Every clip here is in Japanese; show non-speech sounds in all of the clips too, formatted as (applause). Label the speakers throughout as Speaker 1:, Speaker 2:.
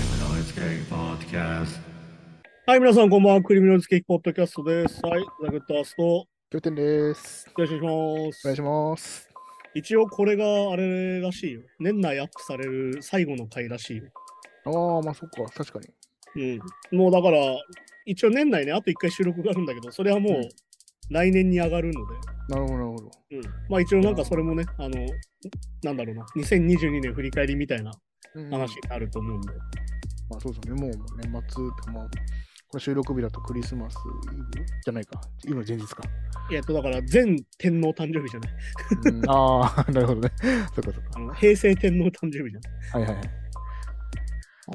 Speaker 1: Skate Podcast.
Speaker 2: はい、皆さん、こんばんは。クリミナルズケーキポッドキャストです。はい、ザ・グッドアースト、よ
Speaker 3: 拠点です。
Speaker 2: ろしくお願いしま
Speaker 3: お願い
Speaker 2: す。
Speaker 3: します。
Speaker 2: 一応、これがあれらしいよ。年内アップされる最後の回らしいよ。
Speaker 3: ああ、まあそっか、確かに。
Speaker 2: うん。もうだから、一応年内ね、あと一回収録があるんだけど、それはもう
Speaker 3: うん
Speaker 2: 来年に上がるので、
Speaker 3: なるほど、なるほど。
Speaker 2: うん。まあ一応なんかそれもね、あの、なんだろうな、2022年振り返りみたいな
Speaker 3: うん
Speaker 2: 話になると思うんで、
Speaker 3: まあそうですね、もう年末ってか、まあ、この収録日だとクリスマスイブじゃないか。イブの前日か。
Speaker 2: えっと、だから全天皇誕生日じゃない。
Speaker 3: うん、 (laughs) ああ、なるほどね。 (laughs) そっかそっ
Speaker 2: あ
Speaker 3: か。
Speaker 2: の平成天皇誕生日じゃない。
Speaker 3: はいはいはい。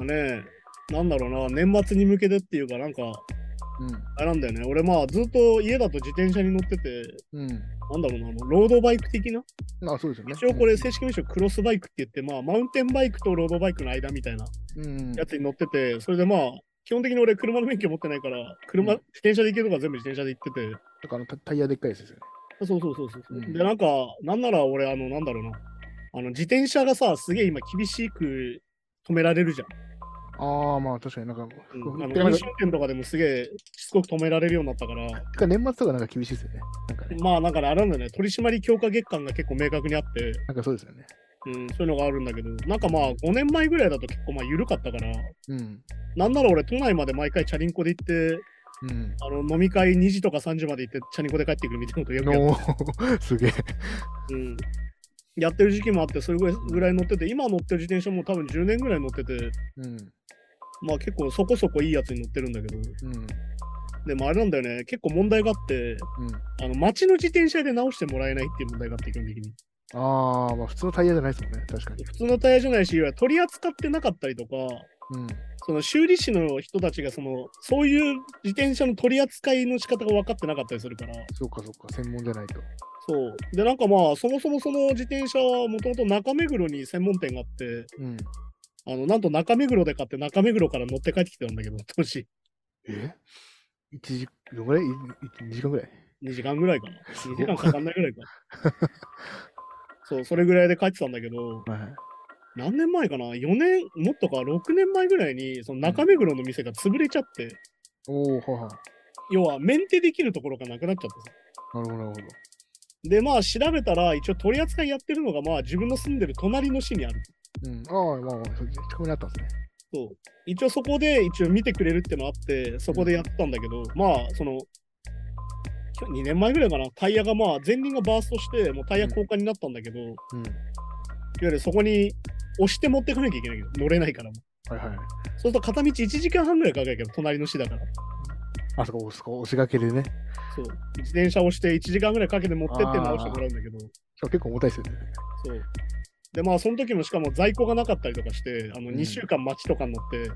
Speaker 2: まあね、なんだろうな、年末に向けてっていうか、なんか、あれなんだよね。俺まあずっと家だと自転車に乗ってて、
Speaker 3: うん。うん。
Speaker 2: なんだろうな、あのロードバイク的な。
Speaker 3: まあそうですよね。
Speaker 2: 一応これ正式名称クロスバイクって言って、まあマウンテンバイクとロードバイクの間みたいな
Speaker 3: うん。
Speaker 2: やつに乗ってて、それでまあ、基本的に俺車の免許持ってないから、車、
Speaker 3: うん
Speaker 2: 自転車で行けるとか全部自転車で行ってて、
Speaker 3: とかあのタタイヤでっかいやつですよね。
Speaker 2: そうそうそうそう。
Speaker 3: うん
Speaker 2: で、なんか、なんなら俺、あの、なんだろうな、あの、自転車がさ、すげえ今厳しく止められるじゃん。
Speaker 3: ああ、まあ確かになんか、
Speaker 2: うん、あ
Speaker 3: てか
Speaker 2: の
Speaker 3: な
Speaker 2: 飲
Speaker 3: んか
Speaker 2: 酒運転とかでもすげえしつこく止められるようになったから、
Speaker 3: てか年末とかなんか厳しいですよね。なんかね、
Speaker 2: まあなんかね、あれなんだよね、取り締まり強化月間が結構明確にあって、
Speaker 3: なんかそうですよね。
Speaker 2: うん、そういうのがあるんだけど、なんかまあ5年前ぐらいだと結構まあ緩かったから、
Speaker 3: うん。
Speaker 2: なんなら俺都内まで毎回チャリンコで行って、
Speaker 3: うん。
Speaker 2: あの飲み会2時とか3時まで行ってチャリンコで帰ってくるみたいなことよくやっ
Speaker 3: (laughs) おーすげえ。
Speaker 2: うんやってる時期もあって、それぐらいぐらい乗ってて、今乗ってる自転車も多分10年ぐらい乗ってて、
Speaker 3: うん。
Speaker 2: まあ結構そこそこいいやつに乗ってるんだけど、
Speaker 3: うん。
Speaker 2: でもあれなんだよね、結構問題があって、
Speaker 3: うん。
Speaker 2: あの街の自転車で直してもらえないっていう問題があって、基本的に。
Speaker 3: ああ、まあ普通のタイヤじゃないですもんね、確かに。
Speaker 2: 普通のタイヤじゃないし、いわゆる取り扱ってなかったりとか、
Speaker 3: うん。
Speaker 2: その修理士の人たちがそのそういう自転車の取り扱いの仕方が分かってなかったりするから
Speaker 3: そうかそうか、専門じゃないと。
Speaker 2: そうでなんかまあそもそもその自転車はもともと中目黒に専門店があって
Speaker 3: うん。
Speaker 2: あのなんと中目黒で買って中目黒から乗って帰ってきてたんだけど (laughs) 当時
Speaker 3: え ?1 時、どんぐらい ?2 時間ぐらい
Speaker 2: 2時間ぐらいかな
Speaker 3: す
Speaker 2: 2
Speaker 3: ご
Speaker 2: 時
Speaker 3: い
Speaker 2: 間かかんないぐらいか (laughs) そうそれぐらいで帰ってたんだけど
Speaker 3: はいはい。
Speaker 2: 何年前かな4年もっとか6年前ぐらいにその中目黒の店が潰れちゃって、
Speaker 3: おおはは。
Speaker 2: 要はメンテできるところがなくなっちゃった
Speaker 3: なるほど、なるほど。
Speaker 2: で、まあ調べたら、一応取り扱いやってるのが、まあ自分の住んでる隣の市にある。
Speaker 3: うん。ああ、まあまあ、そう近くにあったんですね。
Speaker 2: そう。一応そこで、一応見てくれるってのあって、そこでやってたんだけど、まあ、その、2年前ぐらいかな、タイヤがまあ、前輪がバーストして、もうタイヤ交換になったんだけど、いわ
Speaker 3: うん。
Speaker 2: ゆるそこに押して持ってかなきゃいけないけど、乗れないからもう。
Speaker 3: はいはい。
Speaker 2: そうすると片道1時間半ぐらいかかるけど、隣の市だから。
Speaker 3: あそこ、そこ、押しがけでね。
Speaker 2: そう。自転車押して1時間ぐらいかけて持ってって直してもらうんだけど、
Speaker 3: しかも結構重たいですよね。
Speaker 2: そう。で、まあ、その時もしかも在庫がなかったりとかして、あの
Speaker 3: うん
Speaker 2: 2週間待ちとかになって、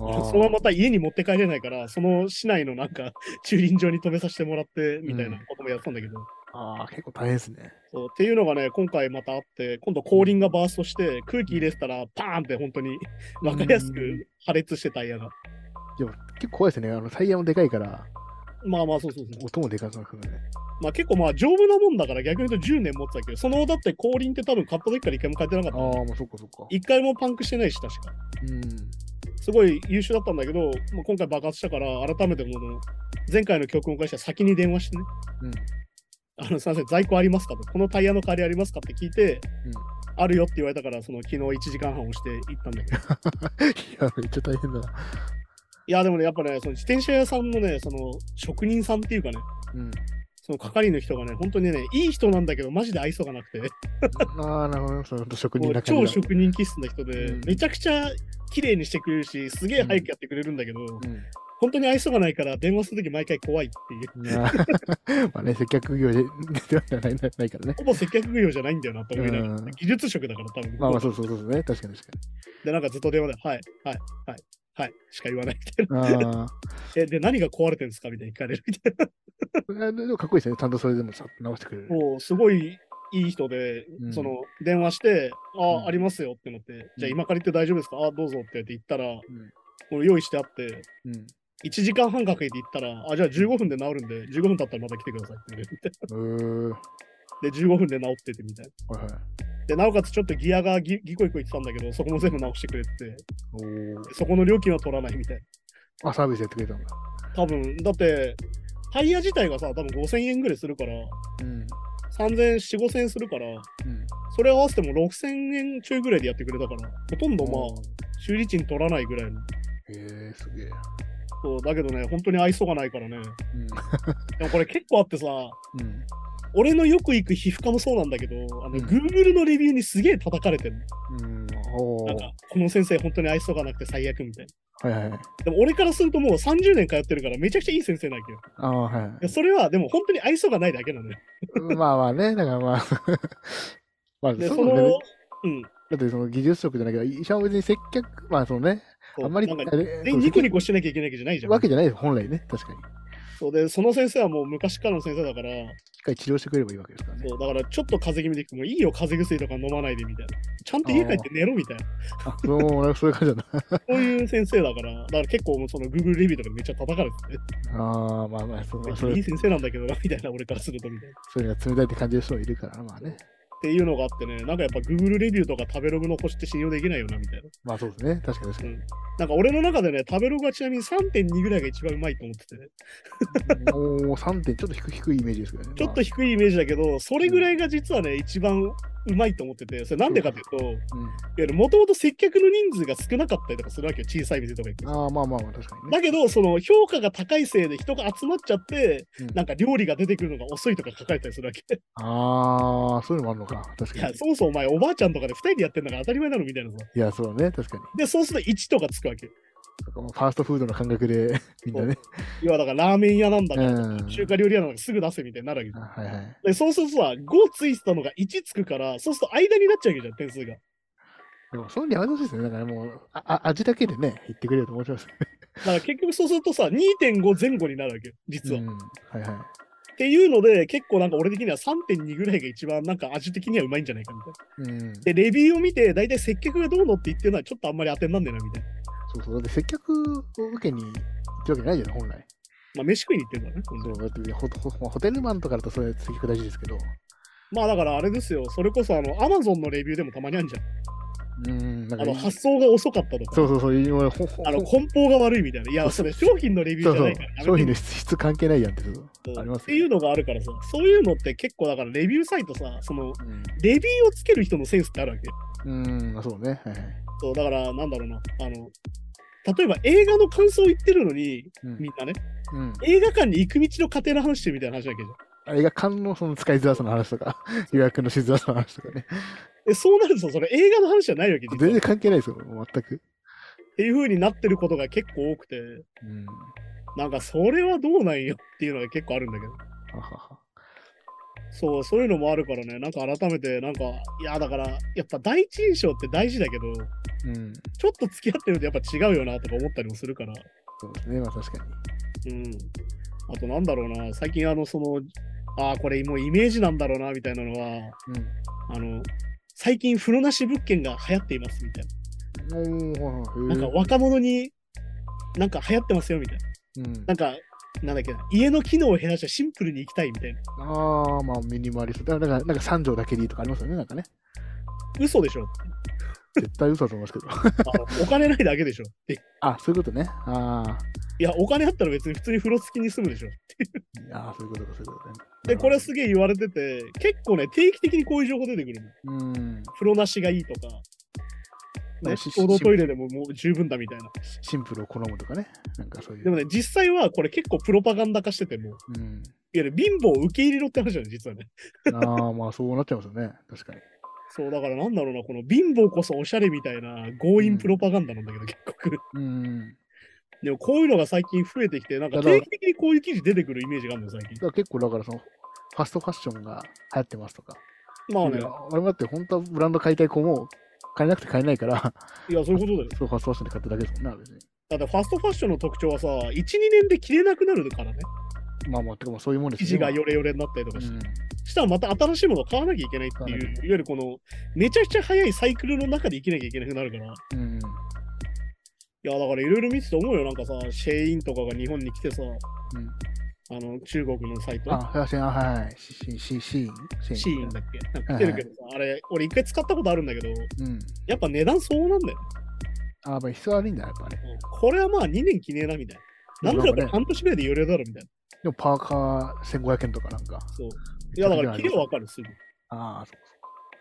Speaker 3: あー
Speaker 2: そのままた家に持って帰れないから、その市内のなんか (laughs) 駐輪場に止めさせてもらってみたいなこともやってたんだけど、
Speaker 3: ああ、結構大変ですね。
Speaker 2: そうっていうのがね、今回またあって、今度後輪がバーストして、空気入れてたら、パーンって本当に分かりやす
Speaker 3: うん
Speaker 2: く破裂してタイヤが。
Speaker 3: でも結構怖いですね。あのタイヤもでかいから、
Speaker 2: まあまあそうそうそう。
Speaker 3: 音もでかくなくね。
Speaker 2: まあ結構まあ丈夫なもんだから逆に言うと10年持ってたけど、そのだって後輪って多分買った時から一回も買ってなか
Speaker 3: あ
Speaker 2: っ
Speaker 3: あ、
Speaker 2: た。
Speaker 3: まあそっかそっか。
Speaker 2: 一回もパンクしてないし、確か。
Speaker 3: うん。
Speaker 2: すごい優秀だったんだけど、まあ、今回爆発したから、改めてこの前回の曲を会社先に電話してね。
Speaker 3: うん。
Speaker 2: あのすみません、在庫ありますかと、このタイヤの代わりありますかって聞いて、
Speaker 3: うん
Speaker 2: あるよって言われたから、その昨日1時間半押して行ったん
Speaker 3: (laughs)
Speaker 2: だけど、
Speaker 3: いや、めっちゃ大変だな。
Speaker 2: いや、でもね、やっぱね、その自転車屋さんのね、その職人さんっていうかね、
Speaker 3: うん。
Speaker 2: その係員の人がね、本当にね、いい人なんだけど、マジで愛想がなくて、
Speaker 3: (laughs) ああ、なるほどね。その職
Speaker 2: も
Speaker 3: 人
Speaker 2: う
Speaker 3: な感
Speaker 2: 超
Speaker 3: じだ。
Speaker 2: 職人気質な人で、
Speaker 3: うん
Speaker 2: めちゃくちゃ綺麗にしてくれるし、すげえ早くやってくれるんだけど、
Speaker 3: うん。
Speaker 2: 本当に愛想がないから、電話するとき毎回怖いっていう、
Speaker 3: いや (laughs) まあね、接客業でではないないないからね。
Speaker 2: ほぼ接客業じゃないんだよなと思いながら、
Speaker 3: うん
Speaker 2: 技術職だから、多分
Speaker 3: まあまあそうそうそうそうね、確かに確
Speaker 2: で、なんかずっと電話で、はい、はい、はい、はい、しか言わないみたいな。
Speaker 3: かに。ああ。
Speaker 2: え、で、何が壊れてるんですかみたいに聞かれるみたい
Speaker 3: それはでもかっこいいですね。ちゃんとそれでもさ直してくれる
Speaker 2: な。。もう、すごいいい人で、
Speaker 3: うん
Speaker 2: その、電話して、あ、
Speaker 3: うん
Speaker 2: ありますよってなって、じゃあ今借りて大丈夫ですかあ、どうぞって言ったら、
Speaker 3: ん
Speaker 2: もう用意してあって、
Speaker 3: うん。
Speaker 2: 1時間半かけて行ったら、あ、じゃあ15分で治るんで、15分経ったらまた来てくださいって言われて、
Speaker 3: うー。
Speaker 2: で、15分で治っててみたい
Speaker 3: はいはい。
Speaker 2: な。って、なおかつちょっとギアがギギコギコ言ってたんだけど、そこも全部直してくれてて、
Speaker 3: おー
Speaker 2: そこの料金は取らないみたい
Speaker 3: あ、サービスやってくれたんだ。
Speaker 2: な。多分だって、タイヤ自体がさ、多分5000円ぐらいするから、
Speaker 3: うん。
Speaker 2: 3000円、4、5000円するから、
Speaker 3: うん。
Speaker 2: それ合わせても6000円中ぐらいでやってくれたから、ほとんどまあ、修理賃取らないぐらいの。
Speaker 3: へえ、すげえ。
Speaker 2: そうだけどね、本当に愛想がないからね。
Speaker 3: うん。
Speaker 2: でもこれ結構あってさ、
Speaker 3: うん。
Speaker 2: 俺のよく行く皮膚科もそうなんだけど、あの、
Speaker 3: うん
Speaker 2: Google のレビューにすげえ叩かれてる。
Speaker 3: うん。お
Speaker 2: なん
Speaker 3: ー
Speaker 2: か、この先生本当に愛想がなくて最悪みたい
Speaker 3: はいはい。
Speaker 2: な。でも俺からするともう30年通ってるからめちゃくちゃいい先生なわけよ。
Speaker 3: ああ、はい
Speaker 2: やそれはでも本当に愛想がないだけなのよ。
Speaker 3: い。まあまあね、だからまあ。 (laughs) まあ、
Speaker 2: で、
Speaker 3: そ
Speaker 2: そ
Speaker 3: のレベル
Speaker 2: の、うん。
Speaker 3: だってその技術職じゃないけど、医者も別に接客、まあそのね、
Speaker 2: そう
Speaker 3: あんまり、
Speaker 2: なんか
Speaker 3: あれ
Speaker 2: 全員ニコニコしてなきゃいけないわけじゃないじゃん
Speaker 3: わ。けじゃないです、本来ね、確かに。
Speaker 2: そうで、その先生はもう昔からの先生だから、
Speaker 3: 一回治療してくれればいいわけですからね。
Speaker 2: そうだからちょっと風邪気味でもういいよ、風邪薬とか飲まないでみたいな。ちゃんと家帰って寝ろみたいな。
Speaker 3: あ、そう、そういう感じだな。
Speaker 2: そういう先生だから、だから結構もうその Google レビューとかでめっちゃ叩かれてて、
Speaker 3: (laughs) ああ、まあまあ、そう、まあ、そ
Speaker 2: いい
Speaker 3: れ、
Speaker 2: 先生なんだけどな、みたいな、俺からするとみたいな。っ
Speaker 3: それが冷たいって感じる人もいるから、まあね。
Speaker 2: ていうのがあってね、なんかやっぱ Google レビューとか食べログの星って信用できないよな、みたいな。
Speaker 3: まあそうですね、確かに確かに。
Speaker 2: なんか俺の中でね、食べログはちなみに3.2ぐらいが一番うまいと思っててね、
Speaker 3: おお、3点、ちょっと低い低いイメージですけどね。
Speaker 2: ちょっと低いイメージだけど、それぐらいが実はね、一番うまいと思ってて、それなんでかっていうと、いやもともと接客の人数が少なかったりとかするわけよ、小さい店とか行くと
Speaker 3: まあ、うん、あーまあまあまあ、確かにね。
Speaker 2: だけど、その評価が高いせいで人が集まっちゃって、
Speaker 3: うん
Speaker 2: なんか料理が出てくるのが遅いとか書かれたりするわけ。
Speaker 3: ああ、そういうのもあるのか、確
Speaker 2: い
Speaker 3: か
Speaker 2: や
Speaker 3: に、。
Speaker 2: そもそもお前おばあちゃんとかで2人でやってんだから当たり前なのみたいなさ。
Speaker 3: いや、そうね、確かに。
Speaker 2: で、そうすると1とかつくわけ。
Speaker 3: ファーストフードの感覚で、みんなね。
Speaker 2: 要はだからラーメン屋なんだ
Speaker 3: う
Speaker 2: から、
Speaker 3: ん。
Speaker 2: 中華料理屋なんかすぐ出せみたいになるわけじ
Speaker 3: あ
Speaker 2: ゃん
Speaker 3: はいはい。
Speaker 2: で、そうするとさ、5ついてたのが1つくから、そうすると間になっちゃうわけじゃん、点数が。
Speaker 3: でも、そういうのやめてほしいですね。だからもう、ああ味だけでね、言ってくれると思います。
Speaker 2: だから結局そうするとさ、2.5前後になるわけよ、実は。
Speaker 3: う
Speaker 2: っ
Speaker 3: ん。はいはい。
Speaker 2: ていうので、結構なんか俺的には3.2ぐらいが一番なんか味的にはうまいんじゃないかみたいな。
Speaker 3: うん。
Speaker 2: で、レビューを見て、大体接客がどうのって言ってるのはちょっとあんまり当てになんねえなみたいな。
Speaker 3: そうそう。だって接客を受けに行ってわけじゃないじゃない、本来。
Speaker 2: まあ、飯食いに行ってるからね。本当
Speaker 3: そ
Speaker 2: に
Speaker 3: うだって (laughs) ホホホテルマンとかだとそういう接客大事ですけど。
Speaker 2: まあ、だからあれですよ、それこそあの、アマゾンのレビューでもたまにあるじゃん。
Speaker 3: うん。なん
Speaker 2: あ
Speaker 3: か
Speaker 2: の発送が遅かったとか、
Speaker 3: そうそうそう。今ほほ
Speaker 2: あの
Speaker 3: ほ
Speaker 2: 梱包が悪いみたいな、いや、そ
Speaker 3: そう
Speaker 2: れ商品のレビュ
Speaker 3: そ
Speaker 2: ー
Speaker 3: う
Speaker 2: じゃ
Speaker 3: そ
Speaker 2: な
Speaker 3: う
Speaker 2: いから、
Speaker 3: 商
Speaker 2: や
Speaker 3: 品
Speaker 2: め
Speaker 3: の
Speaker 2: て
Speaker 3: 質質関係ないやんってそう
Speaker 2: そう
Speaker 3: あります
Speaker 2: っていうのがあるからさ、そういうのって結構だからレビューサイトさ、その
Speaker 3: うん
Speaker 2: レビューをつける人のセンスってあるわけよ。
Speaker 3: うん、まあそうね。はいはい。
Speaker 2: そうだから、なんだろうな、あの、例えば映画の感想を言ってるのに、
Speaker 3: うん
Speaker 2: みんなね、
Speaker 3: うん、
Speaker 2: 映画館に行く道の過程の話してるみたいな話だけど、
Speaker 3: あれが館のその使いづらさの話とか、予約のしづらさの話と
Speaker 2: (laughs)
Speaker 3: かね。
Speaker 2: えそうなるとさ、それ映画の話じゃないわけ実
Speaker 3: 全
Speaker 2: は
Speaker 3: 然
Speaker 2: っ
Speaker 3: 関係ないですよ、全く。
Speaker 2: ていう風になってることが結構多くて、
Speaker 3: うん。
Speaker 2: なんかそれはどうなんよっていうのが結構あるんだけど。
Speaker 3: ははは。
Speaker 2: そう、そういうのもあるからね、なんか改めて、なんか、いや、だから、やっぱ第一印象って大事だけど、
Speaker 3: うん。
Speaker 2: ちょっと付き合ってるとやっぱ違うよなとか思ったりもするから、
Speaker 3: そうですね、まあ確かに。
Speaker 2: うん。あと、なんだろうな、最近、あの、その、ああ、これもうイメージなんだろうな、みたいなのは、あの、最近、風呂なし物件が流行っています、みたい
Speaker 3: うん。おー、
Speaker 2: な。なんか、若者に、なんか流行ってますよ、みたいな。
Speaker 3: うん
Speaker 2: な、んか、なんだっけな、家の機能を減らしてシンプルに行きたい、みたいな。
Speaker 3: ああ、まあミニマリスト。だから、なんかなんか3畳だけでいいとかありますよね、なんかね。
Speaker 2: 嘘でしょ。
Speaker 3: 絶対嘘だと思いますけど。
Speaker 2: あのお金ないだけでしょ。って
Speaker 3: あ、そういうことね。ああ。
Speaker 2: いや、お金あったら別に普通に風呂付きに住むでしょ。
Speaker 3: ああ、そういうことか、そういうことね。
Speaker 2: で、これすげえ言われてて、結構ね、定期的にこういう情報出てくるの。
Speaker 3: うん。
Speaker 2: 風呂なしがいいとか、ね、
Speaker 3: ねし
Speaker 2: 共同トイレでももう十分だみたいな。
Speaker 3: シンプルを好むとかね。なんかそういう。
Speaker 2: でもね、実際はこれ結構プロパガンダ化してても、いわ
Speaker 3: うん。
Speaker 2: ゆる貧乏を受け入れろって話だね、実はね。
Speaker 3: ああ、まあそうなっちゃいますよね。確かに。
Speaker 2: そう、だからなんだろうな、この貧乏こそおしゃれみたいな強引プロパガンダなんだけど、結構。
Speaker 3: うん。
Speaker 2: でもこういうのが最近増えてきて、なんか
Speaker 3: だから
Speaker 2: 定期的にこういう記事出てくるイメージがあるのよ、最
Speaker 3: だ
Speaker 2: 近
Speaker 3: か。ら結構、だからその、ファストファッションが流行ってますとか。
Speaker 2: まあね、
Speaker 3: 俺もだって本当はブランド買いたい子も、買えなくて買えないから、
Speaker 2: いや、そういうことだよ。
Speaker 3: そうファストファッションで買っただけですもんね、別に。
Speaker 2: だってファストファッションの特徴はさ、1、2年で着れなくなるからね、
Speaker 3: まあまあ、てかまあそういうもんです
Speaker 2: 生
Speaker 3: よ
Speaker 2: 地が
Speaker 3: よ
Speaker 2: ヨレヨレになったりと
Speaker 3: う
Speaker 2: かして。
Speaker 3: ん。
Speaker 2: したらまた新しいものを買わなきゃいけないって
Speaker 3: 買
Speaker 2: い
Speaker 3: わ
Speaker 2: う、
Speaker 3: ないき
Speaker 2: わ
Speaker 3: ゃいけない
Speaker 2: ゆるこの、めちゃくちゃ早いサイクルの中で生きなきゃいけなくなるから、い
Speaker 3: うん。
Speaker 2: や、だからいろいろ見てて思うよ、なんかさ、シェインとかが日本に来てさ、
Speaker 3: うん
Speaker 2: あの中国のサイト、
Speaker 3: あ、写真、あはいはい。シシシシーンシ
Speaker 2: シーンだっけなんか来てるけどさ、あれ、俺一回使ったことあるんだけど、
Speaker 3: うん。
Speaker 2: やっぱ値段そうなんだよ。
Speaker 3: あ、やっぱり質悪いんだ、やっぱり。
Speaker 2: これはまあ2年記念だみたいな。なんだろうこれ半年ぐらいで余料だろみたいな。
Speaker 3: でもパーカー1500円とかなんか。
Speaker 2: そう。いやだから、切れはわかる、すぐ。
Speaker 3: ああ、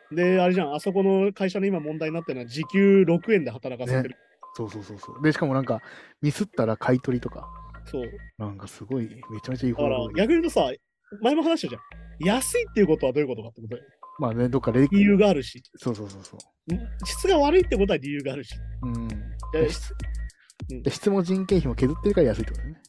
Speaker 3: そ
Speaker 2: で、あれじゃん、あそこの会社の今問題になってるのは時給6円で働かせてる。
Speaker 3: うそうそうそうそう。で、しかもなんか、ミスったら買い取りとか。
Speaker 2: そう。
Speaker 3: なんかすごい、めちゃめちゃ違
Speaker 2: だか
Speaker 3: 法
Speaker 2: ら
Speaker 3: 労、働
Speaker 2: 逆に言うとさ、前も話したじゃん。安いっていうことはどういうことかってことだよ
Speaker 3: まあね、どっか礼
Speaker 2: 理
Speaker 3: 儀。
Speaker 2: 由があるし、
Speaker 3: そうそうそうそ
Speaker 2: 質が悪いってことは理由があるし。
Speaker 3: う。うん。
Speaker 2: で
Speaker 3: で質
Speaker 2: うん
Speaker 3: で質も人件費も削ってるから安いってことだよね。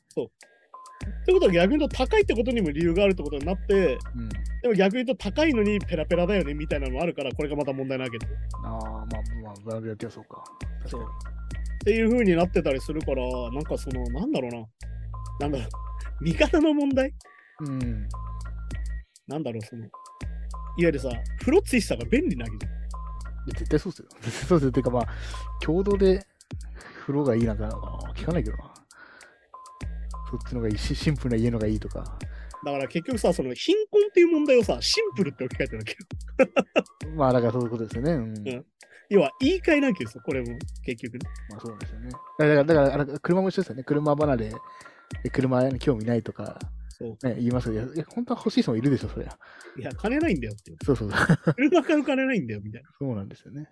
Speaker 2: ということは逆に言うと高いってことにも理由があるってことになって、
Speaker 3: うん。
Speaker 2: でも逆に言うと高いのにペラペラだよねみたいなのもあるから、これがまた問題なわけで。っ
Speaker 3: ああ、まあまあ、ブラジルやってはそうか。確かに
Speaker 2: そうていう風になってたりするから、なんかその、なんだろうな。なんだろう。味方の問題
Speaker 3: うん。
Speaker 2: なんだろう、その。いわゆるさ、風呂ついてた方が便利なわけじゃん。
Speaker 3: いや絶対そうっすよ。絶対そうっすよ。てかまあ、共同で風呂がいいなんかあ聞かないけどな。そっちのがいいし、シンプルな家のがいいとか。
Speaker 2: だから結局さ、その貧困っていう問題をさ、シンプルって置き換えてるわけよ。
Speaker 3: まあ、だからそういうことですよね。うん。
Speaker 2: ん要は言い換えなわけですよ、これも結局ね。
Speaker 3: まあそうですよね。だから、だから、だから車も一緒ですよね。車離れ、で車に興味ないとか、
Speaker 2: そう。
Speaker 3: ね、言いますけど、いやいや、本当は欲しい人もいるでしょ、そりゃ。
Speaker 2: いや、金ないんだよっていう。
Speaker 3: そうそうそう。
Speaker 2: 車買う金ないんだよ、みたいな。
Speaker 3: そうなんですよね。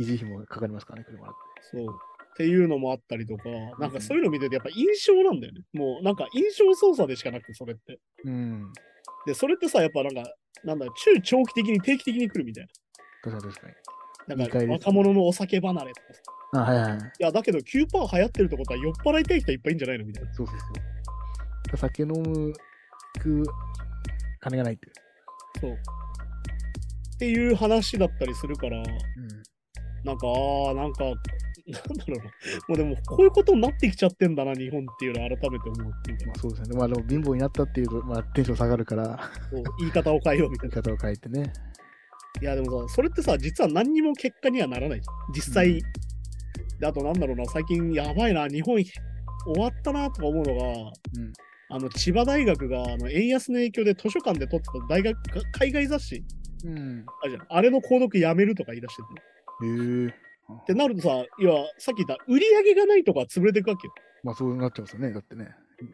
Speaker 3: 維持費もかかりますからね、車だって。
Speaker 2: そう。っていうのもあったりとか、なんかそういうの見てて、やっぱ印象なんだよね。もうなんか印象操作でしかなくて、それって。
Speaker 3: うん。
Speaker 2: で、それってさ、やっぱなんか、なんだ、中長期的に定期的に来るみたい
Speaker 3: 確かに確かに。
Speaker 2: な。なんか
Speaker 3: 理解です
Speaker 2: 若者のお酒離れとかさ。
Speaker 3: あ、はいはいはい。
Speaker 2: いや、だけど9%流行ってるってことは酔っ払いたい人いっぱいいんじゃないのみたいな。
Speaker 3: そうそうそう。酒飲む、行く、金がないっていう。
Speaker 2: そう。っていう話だったりするから、
Speaker 3: うん。
Speaker 2: なんか、ああ、なんか、なんだろうな。もうでも、こういうことになってきちゃってんだな、日本っていうのを改めて思うっていうか
Speaker 3: まあ、そうですよね。まあでも貧乏になったっていうと、まあテンション下がるから、
Speaker 2: こう言い方を変えようみたい
Speaker 3: 言い
Speaker 2: な。
Speaker 3: 方を変えてね。
Speaker 2: いや、でもさ、それってさ、実は何にも結果にはならないじゃん。実際、
Speaker 3: うん
Speaker 2: であとなんだろうな、最近やばいな、日本終わったなとか思うのが、
Speaker 3: うん
Speaker 2: あの千葉大学があの円安の影響で図書館で取ってた大学海外雑誌
Speaker 3: うん。
Speaker 2: あるじゃんあれの購読やめるとか言い出してて。
Speaker 3: へえー。
Speaker 2: ってなるとさ、要はさっき言った売り上げがないとか潰れていくわけよ。
Speaker 3: まあそうなっちゃいますよね。だってね。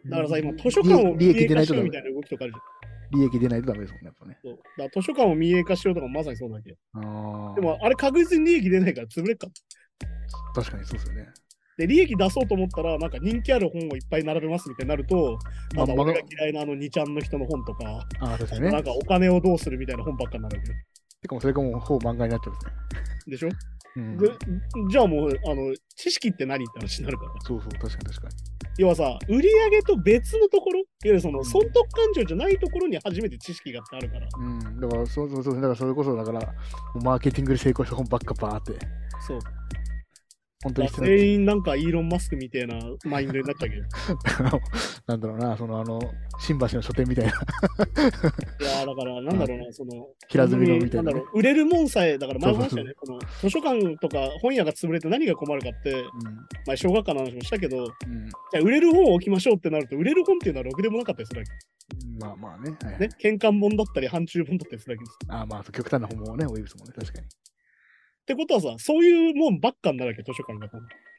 Speaker 2: だからさ、今図書館を
Speaker 3: 利
Speaker 2: 民
Speaker 3: 益利益
Speaker 2: 営
Speaker 3: 出な
Speaker 2: 化
Speaker 3: い
Speaker 2: し
Speaker 3: と
Speaker 2: よう
Speaker 3: ダ
Speaker 2: み
Speaker 3: メ
Speaker 2: たい。な動きとかあるじゃん。
Speaker 3: 利益出ないとダメですもんね、やっぱね。
Speaker 2: そうだから図書館を民営化しようとかまさにそうなんだけど。
Speaker 3: ああ。
Speaker 2: でもあれ確実に利益出ないから潰れっか。
Speaker 3: 確かにそうですよね。
Speaker 2: で、利益出そうと思ったら、なんか人気ある本をいっぱい並べますみたいになると、
Speaker 3: ま
Speaker 2: な
Speaker 3: あ、
Speaker 2: んか
Speaker 3: ま
Speaker 2: 俺が嫌いなあの2ちゃんの人の本とか、
Speaker 3: あ、あー確かに
Speaker 2: なん
Speaker 3: ね。
Speaker 2: かお金をどうするみたいな本ばっかになるわけよ
Speaker 3: てかもうそれがもうほぼ漫画になっちゃうんですね。
Speaker 2: でしょ、
Speaker 3: うん。
Speaker 2: でじゃあもう、あの、知識って何って話になるから。
Speaker 3: そうそう、確かに確かに。
Speaker 2: 要はさ、売り上げと別のところ、いわゆるその
Speaker 3: うん
Speaker 2: 損得感情じゃないところに初めて知識がってあるから。
Speaker 3: うん。だから、そうそうそう、だからそれこそ、だから、もうマーケティングで成功した本ばっかバーって、
Speaker 2: そう。
Speaker 3: 本当に必要な
Speaker 2: 全員なんかイーロン・マスクみたいなマインドになったけど。
Speaker 3: (laughs) あの (laughs) なんだろうな、そのあの、新橋の書店みたいな。 (laughs)
Speaker 2: いやーだから、なんだろうな、その、
Speaker 3: 平積みのみたいな
Speaker 2: ん
Speaker 3: ね
Speaker 2: だろう、売れるもんさえ、だから前も
Speaker 3: そう
Speaker 2: 話し
Speaker 3: そ
Speaker 2: た
Speaker 3: うそう
Speaker 2: よね、この図書館とか本屋が潰れて何が困るかって、まあ、小学館の話もしたけど、じ
Speaker 3: うん。
Speaker 2: ゃあ売れる本を置きましょうってなると、売れる本っていうのはろくでもなかったりするわけ
Speaker 3: うん。まあまあね。はいはい
Speaker 2: ね。喧嘩本だったり、範疇本だったりするわけです。
Speaker 3: あーまあ、そう極端な本もね、多いですもんね、確かに。
Speaker 2: ってことはさ、そういうもんばっかになるわけ、図書館が。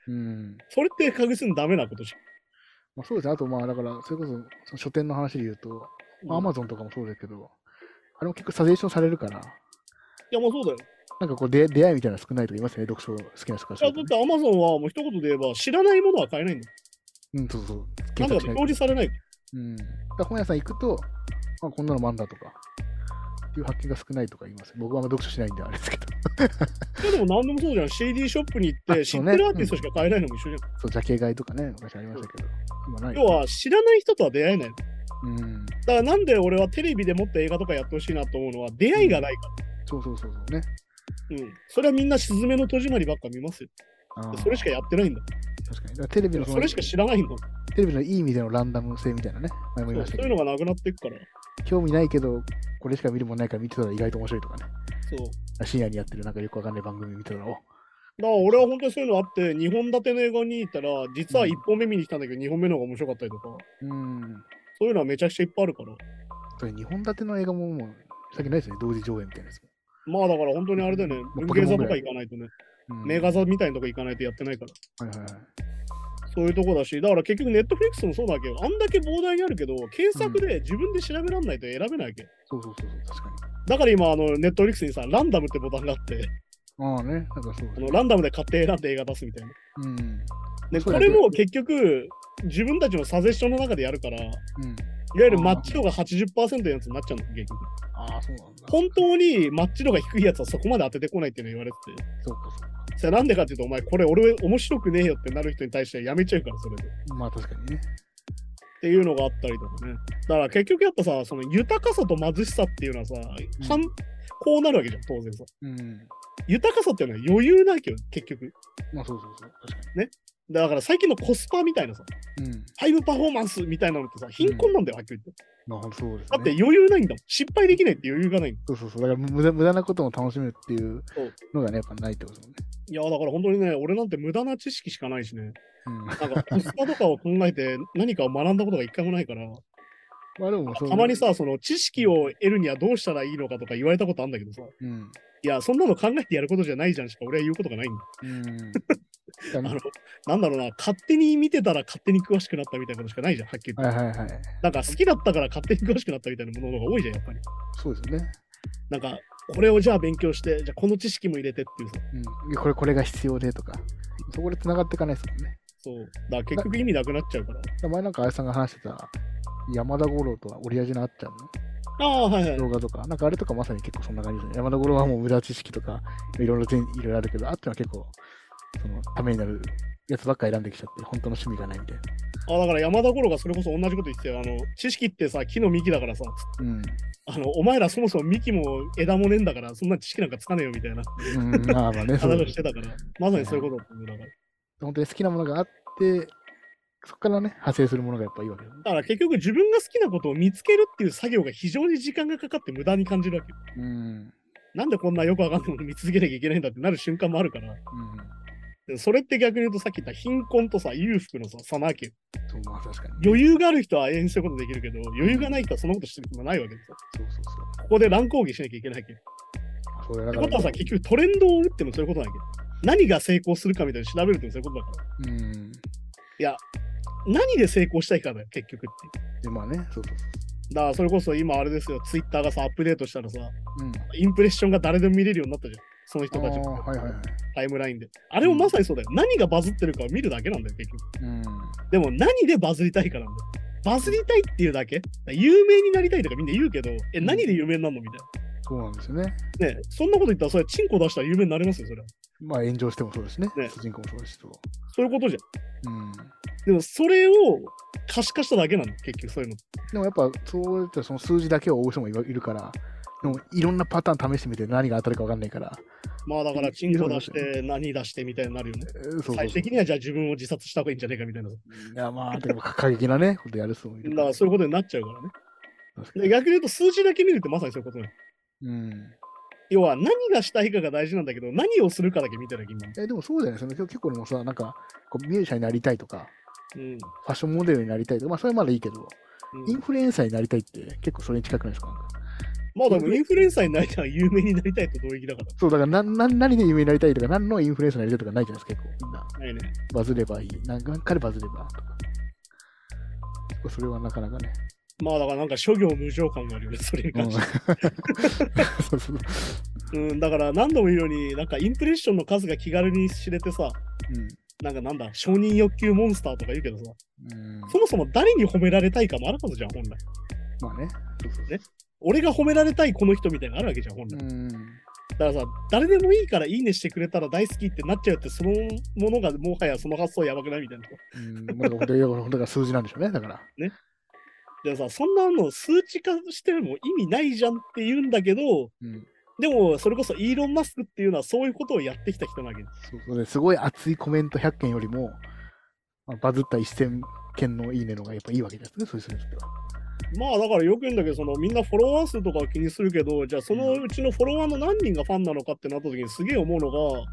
Speaker 3: うん。
Speaker 2: それって確実にダメなことじ
Speaker 3: まあそうですね。あとまあ、だから、それこそ、その書店の話で言うと、
Speaker 2: ゃん。
Speaker 3: まあ、ア
Speaker 2: い
Speaker 3: マゾンとかもそうだけど、あれも結構サジェーションされるから、
Speaker 2: や、まあそうだよ。
Speaker 3: なんかこう出、出会いみたいなの少ないとか言いますよね、読書好きな人からす
Speaker 2: いや
Speaker 3: る
Speaker 2: だ
Speaker 3: と
Speaker 2: っ
Speaker 3: ね、
Speaker 2: てアマゾンはもう一言で言えば、知らないものは買えないんだよ。
Speaker 3: うん、そうそう。
Speaker 2: なん
Speaker 3: 検
Speaker 2: だ
Speaker 3: 索
Speaker 2: って
Speaker 3: しない
Speaker 2: 表示されない。
Speaker 3: うん。だから本屋さん行くと、あ、こんなのもあんだとか、っていう発見が少ないとか言います。僕はあんま読書しないんであれですけど、 (laughs)
Speaker 2: いやでも何でもそうじゃん。CD ショップに行って、
Speaker 3: あ
Speaker 2: 知
Speaker 3: そ
Speaker 2: っ
Speaker 3: うね
Speaker 2: てるアーティストしか買えないのも一緒じゃん。
Speaker 3: そう、ジャケ買いとかね、昔ありましたけど、今ない。
Speaker 2: 要は知らない人とは出会えない。だ
Speaker 3: う
Speaker 2: か
Speaker 3: ん。
Speaker 2: らなんで俺はテレビでもっと映画とかやってほしいなと思うのは出会いがないか
Speaker 3: そうそうそうそうね。
Speaker 2: ら。うん。それはみんなすずめの戸締まりばっか見ますよ。
Speaker 3: あー
Speaker 2: それしかやってないんだ。
Speaker 3: 確かに。だからテレビの
Speaker 2: それしか知らないんだ。
Speaker 3: テレビのいい意味でのランダム性みたいなね、前も
Speaker 2: そ
Speaker 3: 言いうまし
Speaker 2: そ
Speaker 3: た
Speaker 2: う
Speaker 3: け
Speaker 2: いう
Speaker 3: ど、
Speaker 2: のがなくなっていくから。
Speaker 3: 興味ないけど、これしか見るもんないから見てたら意外と面白いとかね、
Speaker 2: そう。
Speaker 3: 深夜にやってるなんかよくわかんない番組見てたら、お
Speaker 2: だから俺は本当にそういうのあって、2本立ての映画に行ったら、実は1本目見に来たんだけど、2本目の方が面白かったりとか。
Speaker 3: うん、
Speaker 2: そういうのはめちゃくちゃいっぱいあるから。
Speaker 3: それ2本立ての映画ももう、さっきないですよね、同時上映みたいなやつも。
Speaker 2: まあだから本当にあれだよね、文芸座とか行かないとね、
Speaker 3: うん
Speaker 2: 名画座みたいなとこ行かないとやってないから。
Speaker 3: はいはいはい。
Speaker 2: そういうとこだし、だから結局ネットフリックスもそうだけど、あんだけ膨大にあるけど、検索で自分で調べられないと選べないわけ。
Speaker 3: そうそうそうそう、確かに。
Speaker 2: だから今、あのネットフリックスにさ、ランダムってボタンがあって、
Speaker 3: ああね、なんかそう
Speaker 2: あ。のランダムで勝手に選んで映画出すみたいな。
Speaker 3: うん。
Speaker 2: で、
Speaker 3: そう
Speaker 2: こ
Speaker 3: だね
Speaker 2: れも結局、自分たちのサジェスションの中でやるから、いわ
Speaker 3: うん。
Speaker 2: ゆるマッチ度が80%のやつになっちゃうの、結局。
Speaker 3: ああ、そうなんだ。
Speaker 2: 本当にマッチ度が低いやつはそこまで当ててこないっていうの言われてて。
Speaker 3: そうかそうか。
Speaker 2: それなんでかっていうと、お前、これ俺面白くねえよってなる人に対してやめちゃうから、それで。
Speaker 3: まあ確かにね。
Speaker 2: っていうのがあったりとかね。だから結局やっぱさ、その豊かさと貧しさっていうのはさ、反こうなるわけじゃん、当然さ。
Speaker 3: うん。
Speaker 2: 豊かさっていうのは余裕なわけよ、結局。
Speaker 3: まあそうそうそう、確か
Speaker 2: だから最近のコスパみたいなさ、
Speaker 3: に。うん。
Speaker 2: タイムパフォーマンスみたいなのってさ、貧困なんだよ、はっきり言って。
Speaker 3: まあそうですね。
Speaker 2: だって、余裕ないんだもん。失敗できないって余裕がないんだ。
Speaker 3: そうそうそう。だから無駄無駄なことも楽しめるっていう
Speaker 2: そう
Speaker 3: のがね、やっぱないってことです
Speaker 2: いや、だから本当にね、俺なんて無駄な知識しかないしね。
Speaker 3: もんね。
Speaker 2: なんかコスパとかを考えて何かを学んだことが一回もないから、
Speaker 3: うん。まあでもそう
Speaker 2: たまに、さ、その知識を得るにはどうしたらいいのかとか言われたことあるんだけどさ、
Speaker 3: うん。
Speaker 2: いや、そんなの考えてやることじゃないじゃんしか俺は言うことがないんだ。
Speaker 3: うん。あ
Speaker 2: (laughs) あの、なんだろうな、勝手に見てたら勝手に詳しくなったみたいなことしかないじゃん、はっきり言って。
Speaker 3: はいはいはい。
Speaker 2: なんか好きだったから勝手に詳しくなったみたいなものの方が多いじゃん、やっぱり。
Speaker 3: そうですよね。
Speaker 2: なんか、これをじゃあ勉強して、じゃあこの知識も入れてっていうさ。
Speaker 3: うん。これ、これが必要でとか。そこで繋がっていかないですもんね。
Speaker 2: そう。だから結局意味なくなっちゃうから。
Speaker 3: だから前なんか、あやさんが話してた、山田五郎とは折り味のあっちゃんの
Speaker 2: ああ、はいはい。
Speaker 3: 動画とか、なんかあれとかまさに結構そんな感じですね。山田五郎はもう無駄知識とか、いろいろ全いろいろあるけど、あってのは結構、その、ためになるやつばっか選んできちゃって、本当の趣味がないみたいな。
Speaker 2: あだから山田五郎がそれこそ同じこと言ってたよ。あの、知識ってさ、木の幹だからさ、
Speaker 3: うん。
Speaker 2: あの、お前らそもそも幹も枝もねえんだから、そんな知識なんかつかねえよみたいな
Speaker 3: うん、まあま
Speaker 2: (laughs)
Speaker 3: あね、そう
Speaker 2: 話をしてたから、まさにそういうことだったんだよだから。
Speaker 3: 本当に好きなものがあって、そこからね、派生するものがやっぱいいわけよ。
Speaker 2: だから結局自分が好きなことを見つけるっていう作業が非常に時間がかかって無駄に感じるわけよ。
Speaker 3: うん。
Speaker 2: なんでこんなよくわかんないもの見続けなきゃいけないんだってなる瞬間もあるから。
Speaker 3: うん。
Speaker 2: でそれって逆に言うとさっき言った貧困とさ、裕福のさ、差なわけよ。
Speaker 3: そう、まあ確かに。
Speaker 2: 余裕がある人は永遠そういうことできるけど、余裕がない人はそんなことしてる暇ないわけですよ。
Speaker 3: そうそうそう。
Speaker 2: ここで乱高下しなきゃいけないわけよ。
Speaker 3: そうだ
Speaker 2: って
Speaker 3: だ
Speaker 2: ことはさ、
Speaker 3: から、
Speaker 2: 結局トレンドを打ってもそういうことなわけよ。何が成功するかみたいに調べるってもそういうことだから。
Speaker 3: うん。
Speaker 2: 何で成功したいかだよ、結局って。
Speaker 3: で、まあね、そうそう
Speaker 2: だからそれこそ今あれですよ、ツイッターがさ、アップデートしたらさ、
Speaker 3: そう。うん。
Speaker 2: インプレッションが誰でも見れるようになったじゃん。その人たちの
Speaker 3: あーはいはいはい。
Speaker 2: タイムラインで。あれもまさにそうだよ。何がバズってるかを見るだけなんだよ、結局。
Speaker 3: うん。
Speaker 2: でも何でバズりたいかなんだよ。バズりたいっていうだけ有名になりたいとかみんな言うけど、え、何で有名になるのみたい
Speaker 3: そうなんですよね。
Speaker 2: な。ねえそんなこと言ったら、それ、チンコ出したら有名になれますよ、それは。
Speaker 3: まあ炎上してもそうだしね。
Speaker 2: ね
Speaker 3: 主人公もそうだし、そう。
Speaker 2: そういうことじゃん。
Speaker 3: うん。
Speaker 2: でも、それを可視化しただけなんだよ、結局、そういうの。
Speaker 3: でもやっぱ、そうやってその数字だけを追う人もいわいるから、でもいろんなパターン試してみて何が当たるか分かんないから、
Speaker 2: まあ、だから、チンコ出して、何出してみたいになるよね。
Speaker 3: えーそうそうそう
Speaker 2: 最終的には、じゃあ自分を自殺した方がいいんじゃねえかみたいな。だ
Speaker 3: いやまあ、でも過激なね、ことやる人もいる
Speaker 2: (laughs) から、そういうことになっちゃうからね。
Speaker 3: 確か
Speaker 2: で
Speaker 3: に
Speaker 2: 逆に言うと、数字だけ見るってまさにそういうことなの。
Speaker 3: うん。
Speaker 2: 要は、何がしたいかが大事なんだけど、何をするかだけ見てるだけ、今。
Speaker 3: えでもそうじゃないですか、ね、結構でもさ、なんかこうミュージシャンになりたいとか、
Speaker 2: うん。
Speaker 3: ファッションモデルになりたいとか、まあそれはまだいいけど、
Speaker 2: うん
Speaker 3: インフルエンサーになりたいって結構それに近くないですかなんか
Speaker 2: まあでもインフルエンサーになりたい有名になりたいと同意だか
Speaker 3: そう、だからなな何で有名になりたいとか、何のインフルエンサーになりたいとかないじゃないですか、結構みんな。
Speaker 2: ら。ないね。
Speaker 3: バズればいい。なんかなんかでバズればとか。結構それはなかなかね。
Speaker 2: まあだからなんか諸行無常感があるよね、それに
Speaker 3: う
Speaker 2: 関
Speaker 3: ん (laughs)
Speaker 2: して。
Speaker 3: そうそう。
Speaker 2: うん、だから何度も言うように、なんかインプレッションの数が気軽に知れてさ、
Speaker 3: うん。
Speaker 2: なんかなんだ、承認欲求モンスターとか言うけどさ、
Speaker 3: うん、
Speaker 2: そもそも誰に褒められたいかもあるはずじゃん、本来。
Speaker 3: まあね。そうそう
Speaker 2: ね俺が褒められたいこの人みたいなのあるわけじゃん、本来。
Speaker 3: うん。
Speaker 2: だからさ、誰でもいいからいいねしてくれたら大好きってなっちゃうって、そのものがもはやその発想やばくないみたいな。
Speaker 3: うん、なんか本当に、本当にだから数字なんでしょうね、だから。
Speaker 2: でさ、そんなの数値化しても意味ないじゃんって言うんだけど、
Speaker 3: うん。
Speaker 2: でも、それこそイーロン・マスクっていうのはそういうことをやってきた人なわけです。
Speaker 3: そうそうですごい熱いコメント100件よりも、まあバズった1000件のいいねのがやっぱいいわけですね、そうする人は。
Speaker 2: まあだからよく言うんだけど、そのみんなフォロワー数とかは気にするけど、じゃあそのうちのフォロワーの何人がファンなのかってなった時にすげえ思うのが、
Speaker 3: うん。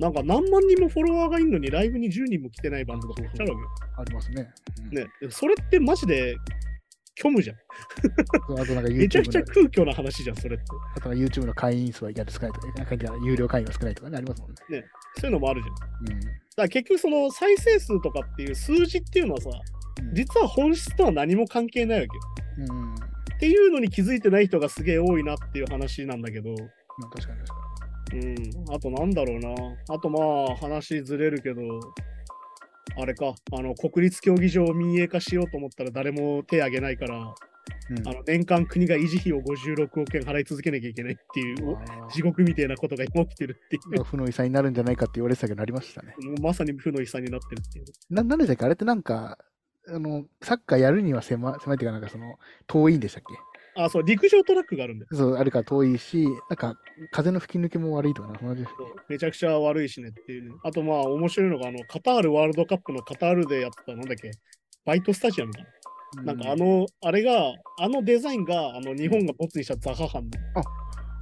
Speaker 2: なんか何万人もフォロワーがいるのにライブに10人も来てないバンドとかめっちゃあるわけよ。
Speaker 3: ありますね。うん
Speaker 2: ね、それってマジで虚無じゃん。
Speaker 3: あとなんか
Speaker 2: めちゃく
Speaker 3: YouTube
Speaker 2: ちゃ
Speaker 3: の
Speaker 2: 空虚な話じゃん、それって。
Speaker 3: あとなんか YouTube の会員数はいきなり少ないとか、なんか有料会員が少ないとかね、ありますもんね。
Speaker 2: そういうのもあるじゃん。だから結局その再生数とかっていう数字っていうのはさ、
Speaker 3: うん。
Speaker 2: 実は本質とは何も関係ないわけよ。
Speaker 3: うん。うん
Speaker 2: っていうのに気づいてない人がすげえ多いなっていう話なんだけど、
Speaker 3: まあ確かに確か
Speaker 2: うん、あとなんだろうな。あとまあ話ずれるけど、あれか、あの国立競技場を民営化しようと思ったら誰も手挙げないから、
Speaker 3: に。うん
Speaker 2: あの年間国が維持費を56億円払い続けなきゃいけないっていう、
Speaker 3: あー
Speaker 2: 地獄みたいなことが今起きてるってい
Speaker 3: まあ負の遺産になるんじゃないかって言われてたけど、なりましたね。
Speaker 2: う、もう (laughs) まさに負の遺産になってるっていう。
Speaker 3: な、なんでしたっけあれってなんか、あの、サッカーやるには狭狭いっていうか、なんかその、遠いんでしたっけ
Speaker 2: あ、そう、陸上トラックがあるんだよ。
Speaker 3: そう、あれから遠いし、なんか、風の吹き抜けも悪いとかな、そんな感じです
Speaker 2: そうめちゃくちゃ悪いしねっていう、ね。あとまあ面白いのが、あの、カタールワールドカップのカタールでやってた、なんだっけ、バイトスタジアムかな。なんかあ、の、あれが、あのデザインが、あの、日本がボツにしたザハハンの。
Speaker 3: うん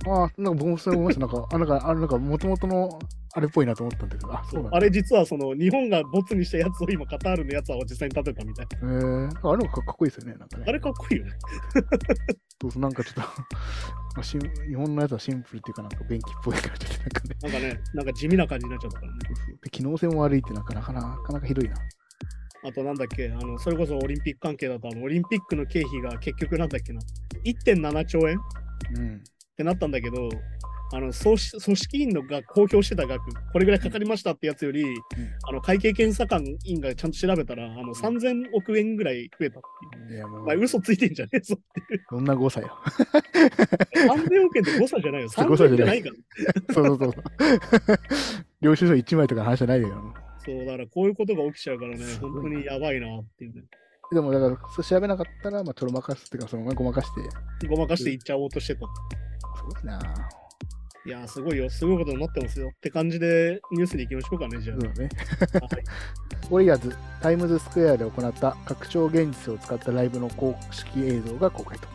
Speaker 3: あーなんか僕もそれ思いました。なんか、あ、なんか、あなんか、もともとの、あれっぽいなと思ったんだけど、あ、そうなんだ。
Speaker 2: あれ実はその、日本がボツにしたやつを今、カタールのやつは実際に立てたみたいな。
Speaker 3: えー、あれもかかっこいいですよね、なんか
Speaker 2: (laughs)
Speaker 3: ね。
Speaker 2: あれかっこいいよね。
Speaker 3: そうそうなんかちょっと (laughs) まあシン、日本のやつはシンプルっていうか、なんか便器っぽいから、ちょっとなんかね、
Speaker 2: なんかね、なんか地味な感じになっちゃったからね。
Speaker 3: そうそうで機能性も悪いってなんかなかななかなかひどいな。
Speaker 2: あとなんだっけ、あの、それこそオリンピック関係だと、あの、オリンピックの経費が結局なんだっけな、1.7兆円
Speaker 3: うん。
Speaker 2: ってなったんだけど、あの組織組織委員のが公表してた額、これぐらいかかりましたってやつより、あの会計検査官委員がちゃんと調べたら、あの3000億円ぐらい増えたっていう。
Speaker 3: いや、も
Speaker 2: お
Speaker 3: う、
Speaker 2: 前、嘘ついてんじゃねえぞ。
Speaker 3: どんな誤差よ。 (laughs)
Speaker 2: 3000億円って誤差じゃないよ。
Speaker 3: それ誤差
Speaker 2: 3000
Speaker 3: じ
Speaker 2: じ
Speaker 3: ゃ
Speaker 2: ゃ
Speaker 3: な
Speaker 2: ないいから。
Speaker 3: そうそうそう。領収書1枚とかの話じゃないだよ。
Speaker 2: そう、だからこういうことが起きちゃうからね、
Speaker 3: すごい
Speaker 2: 本当にやばいなっていうね。
Speaker 3: でも、だから、そう調べなかったら、まあ、とろまかすっていうか、そのままごまかして、
Speaker 2: ごまかしていっちゃおうとしてた。
Speaker 3: すごいなぁ。
Speaker 2: いやー、すごいよ。すごいことになってますよ。って感じで、ニュースに行きましょうかね、じゃ
Speaker 3: そ
Speaker 2: あ
Speaker 3: う。だね。
Speaker 2: はい
Speaker 3: ウォリアーズ、タイムズスクエアで行った拡張現実を使ったライブの公式映像が公開と。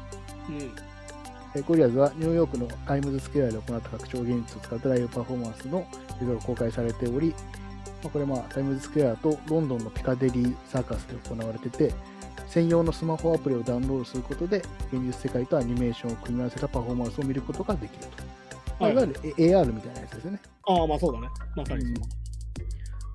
Speaker 2: うん
Speaker 3: えーゴリアーズはニューヨークのタイムズスクエアで行った拡張現実を使ったライブパフォーマンスの映像が公開されており、まあ、これまあタイムズスクエアとロンドンのピカデリーサーカスで行われてて、専用のスマホアプリをダウンロードすることで、現実世界とアニメーションを組み合わせたパフォーマンスを見ることができると。まあ
Speaker 2: はい
Speaker 3: い、わゆる AR みたいなやつですよね。
Speaker 2: ああ、まあそうだね。まさにそう
Speaker 3: うん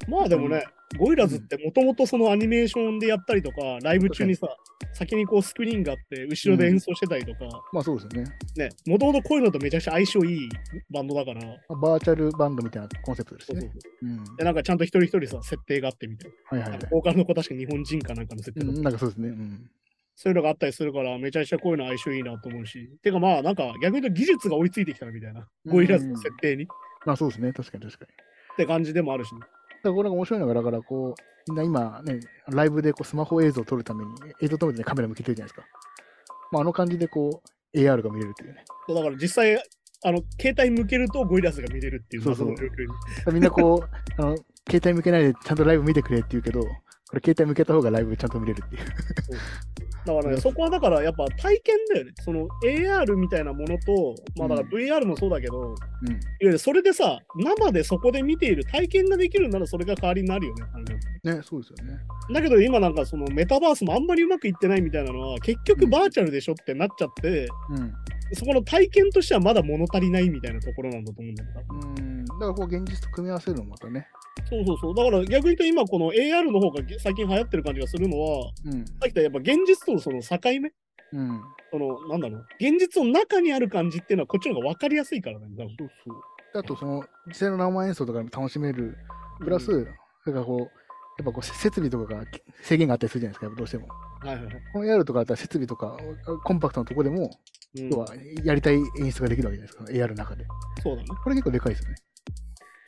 Speaker 2: まあでもね、ゴイラズってもともとそのアニメーションでやったりとか、ライブ中にさ、先にこうスクリーンがあって、後ろで演奏してたりとか、
Speaker 3: まあそうですよね。
Speaker 2: ね、もともとこういうのとめちゃくちゃ相性いいバンドだから、
Speaker 3: まあバーチャルバンドみたいなコンセプトです
Speaker 2: そうそう
Speaker 3: ね。うん。
Speaker 2: で、なんかちゃんと一人一人さ、設定があってみたい
Speaker 3: はいはい
Speaker 2: な。
Speaker 3: は
Speaker 2: (laughs) ないんか。ボーカルの子確か日本人かなんかの設定
Speaker 3: う
Speaker 2: だった
Speaker 3: ん、なんかそうですね。うん。
Speaker 2: そういうのがあったりするから、めちゃくちゃこういうの相性いいなと思うし、てかまあなんか逆に言うと技術が追いついてきたなみたいな、
Speaker 3: うん
Speaker 2: ゴイラズの設定に。っ
Speaker 3: まあそうですね。確かに確かに。
Speaker 2: て感じでもあるしね。
Speaker 3: だからこれが面白いのが、だからこう、みんな今ね、ライブでこうスマホ映像を撮るために、映像撮るためにカメラ向けてるじゃないですか。まあ、あの感じでこう、AR が見れるっていうね。
Speaker 2: そうだから実際、あの、携帯向けるとゴイラズが見れるっていう謎の状況に。
Speaker 3: みんなこう、あ (laughs) の、携帯向けないでちゃんとライブ見てくれって言うけど、これ携帯向けた方がライブちゃんと見れるっていう。
Speaker 2: だから
Speaker 3: う
Speaker 2: ね、
Speaker 3: ん
Speaker 2: そこはだからやっぱ体験だよね。その AR みたいなものと、まあだから VR もそうだけど、いわ
Speaker 3: うん。
Speaker 2: ゆるそれでさ、生でそこで見ている体験ができるならそれが代わりになるよね。単純に
Speaker 3: ね、そうですよね。
Speaker 2: だけど今なんかそのメタバースもあんまりうまくいってないみたいなのは、結局バーチャルでしょってなっちゃって、
Speaker 3: うん。
Speaker 2: そこの体験としてはまだ物足りないみたいなところなんだと思うんだよな。
Speaker 3: うん。だからこう、現実と組み合わせるのもまたね。
Speaker 2: そうそうそう。だから逆に言うと今この AR の方が最近流行ってる感じがするのは、
Speaker 3: うん。
Speaker 2: さっき言ったやっぱ現実とのその境目
Speaker 3: うん。
Speaker 2: その、なんだろう。現実の中にある感じっていうのはこっちの方が分かりやすいからね。多分
Speaker 3: そうそう。あと、その、実際の生演奏とかでも楽しめる。プラス、
Speaker 2: うん
Speaker 3: なんかこう、やっぱこう、設備とかが制限があったりするじゃないですか、やっぱどうしても。
Speaker 2: はいはいはい。
Speaker 3: この AR とかだったら設備とかコンパクトなとこでも、
Speaker 2: うん
Speaker 3: 要はやりたい演出ができるわけじゃないですか、AR の中で。
Speaker 2: そうだね。
Speaker 3: これ結構でかいですよね。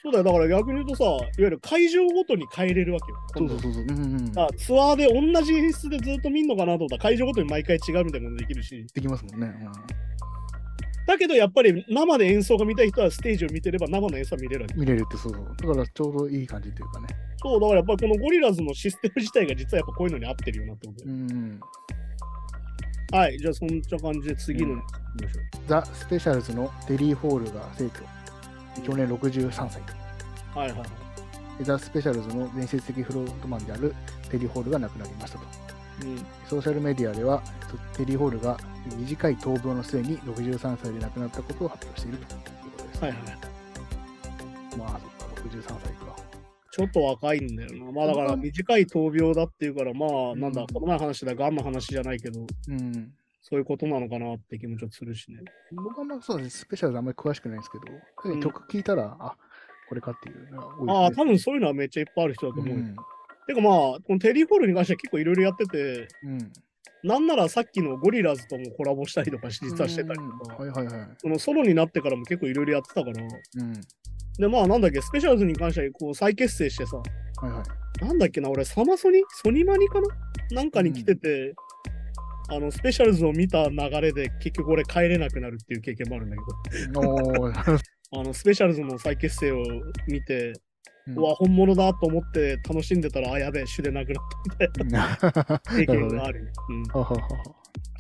Speaker 2: そうだよ。だから逆に言うとさ、いわゆる会場ごとに変えれるわけよ。
Speaker 3: そうそうそうそう。うんうんうん、
Speaker 2: あツアーで同じ演出でずっと見んのかなと思ったら会場ごとに毎回違うみたいなことできるし。
Speaker 3: できますもんね。
Speaker 2: だけどやっぱり生で演奏が見たい人はステージを見てれば生の演奏は見れるわけ
Speaker 3: う。ん、見れるってそうそう。だからちょうどいい感じというかね。
Speaker 2: そう、だからやっぱりこのゴリラズのシステム自体が実はやっぱこういうのに合ってるよなってことだ
Speaker 3: う
Speaker 2: よ
Speaker 3: んうん、
Speaker 2: はい。じゃあそんな感じで次の、行きましょう
Speaker 3: ザ・スペシャルズのデリー・ホールが逝去。去年63歳と。
Speaker 2: はいはいはい。
Speaker 3: ザ・スペシャルズの伝説的フロートマンであるデリー・ホールが亡くなりましたと。
Speaker 2: うん。
Speaker 3: ソーシャルメディアでは、テリー・ホールが短い闘病の末に63歳で亡くなったことを発表しているということです。
Speaker 2: はいはい。
Speaker 3: まあ、そっか、63歳か。
Speaker 2: ちょっと若いんだよな。まあだから短い闘病だっていうから、まあなんだ、この前話したがんの話じゃないけど、
Speaker 3: うん。
Speaker 2: そういうことなのかなって気もちょっとするしね。
Speaker 3: 僕はまあそうです。スペシャルであんまり詳しくないんですけど、
Speaker 2: うん
Speaker 3: 曲聴いたら、あ、これかっていうのが多いですね。
Speaker 2: ああ、多分そういうのはめっちゃいっぱいある人だと思う。
Speaker 3: うん。
Speaker 2: てかまあ、このテリー・ホールに関しては結構いろいろやってて、
Speaker 3: うん。
Speaker 2: なんならさっきのゴリラズともコラボしたりとか実はしてたり
Speaker 3: うん
Speaker 2: と
Speaker 3: は
Speaker 2: か、
Speaker 3: いはいはい。
Speaker 2: そのソロになってからも結構いろいろやってたから、
Speaker 3: うん。
Speaker 2: でまあなんだっけ、スペシャルズに関してはこう再結成してさ、
Speaker 3: はいはい。
Speaker 2: なんだっけな、俺サマソニソニマニかななんかに来てて、あのスペシャルズを見た流れで結局俺帰れなくなるっていう経験もあるんだけ
Speaker 3: おー。
Speaker 2: ど、あのスペシャルズの再結成を見て、
Speaker 3: うん
Speaker 2: う
Speaker 3: (laughs)
Speaker 2: わ、本物だと思って楽しんでたら、あ、やべえ、主でなくなったみたいな。
Speaker 3: な
Speaker 2: 経
Speaker 3: るほ
Speaker 2: 験
Speaker 3: どね
Speaker 2: がある、うん。
Speaker 3: はははは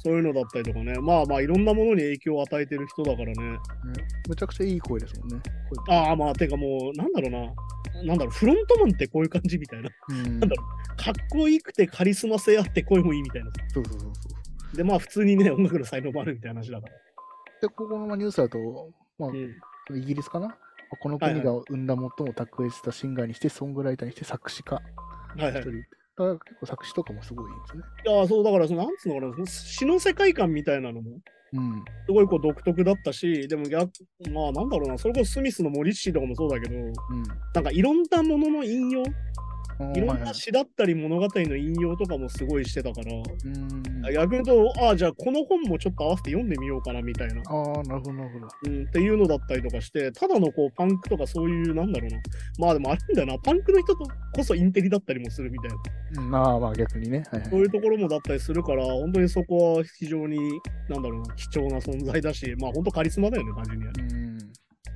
Speaker 2: そういうのだったりとかね、まあまあいろんなものに影響を与えてる人だからね。
Speaker 3: ねむちゃくちゃいい声ですもんね。声
Speaker 2: ああまあ、てかもう、なんだろうな、なんだろう、フロントマンってこういう感じみたいな。
Speaker 3: うん
Speaker 2: なんだろかっこよくてカリスマ性あって声もいいみたいな。
Speaker 3: そうそうそうそう。
Speaker 2: で、まあ普通にね、音楽の才能もあるみたいな話だから。
Speaker 3: で、ここのニュースだと、まあ
Speaker 2: う、ん、
Speaker 3: イギリスかなこの
Speaker 2: は
Speaker 3: 国
Speaker 2: い
Speaker 3: が生んだ最も卓越したシンガーにして、ソングライターにして、作詞家
Speaker 2: はいは
Speaker 3: 一
Speaker 2: い
Speaker 3: 人。。だから結構作詞とかもすごいいいですね。
Speaker 2: いやー、そう、だから、そのなんつうのかな、その詩の世界観みたいなのも、
Speaker 3: うん。
Speaker 2: すごいこう独特だったし、でも逆、まあなんだろうな、それこそスミスのモリッシーとかもそうだけど、
Speaker 3: うん。
Speaker 2: なんかいろんなものの引用、
Speaker 3: あー
Speaker 2: いろ
Speaker 3: は
Speaker 2: ん
Speaker 3: いはい
Speaker 2: な詩だったり物語の引用とかもすごいしてたから、
Speaker 3: うん。
Speaker 2: 逆に言うと、ああ、じゃあこの本もちょっと合わせて読んでみようかなみたいな、
Speaker 3: ああ、なるほど、なるほど。
Speaker 2: うん、っていうのだったりとかして、ただのこうパンクとかそういう、なんだろうな、まあでもあるんだよな、パンクの人とこそインテリだったりもするみたいな、
Speaker 3: うんまあまあ逆にね。はいはい
Speaker 2: そういうところもだったりするから、本当にそこは非常に、なんだろうな、貴重な存在だし、まあ本当カリスマだよね、単純にはね。
Speaker 3: うん。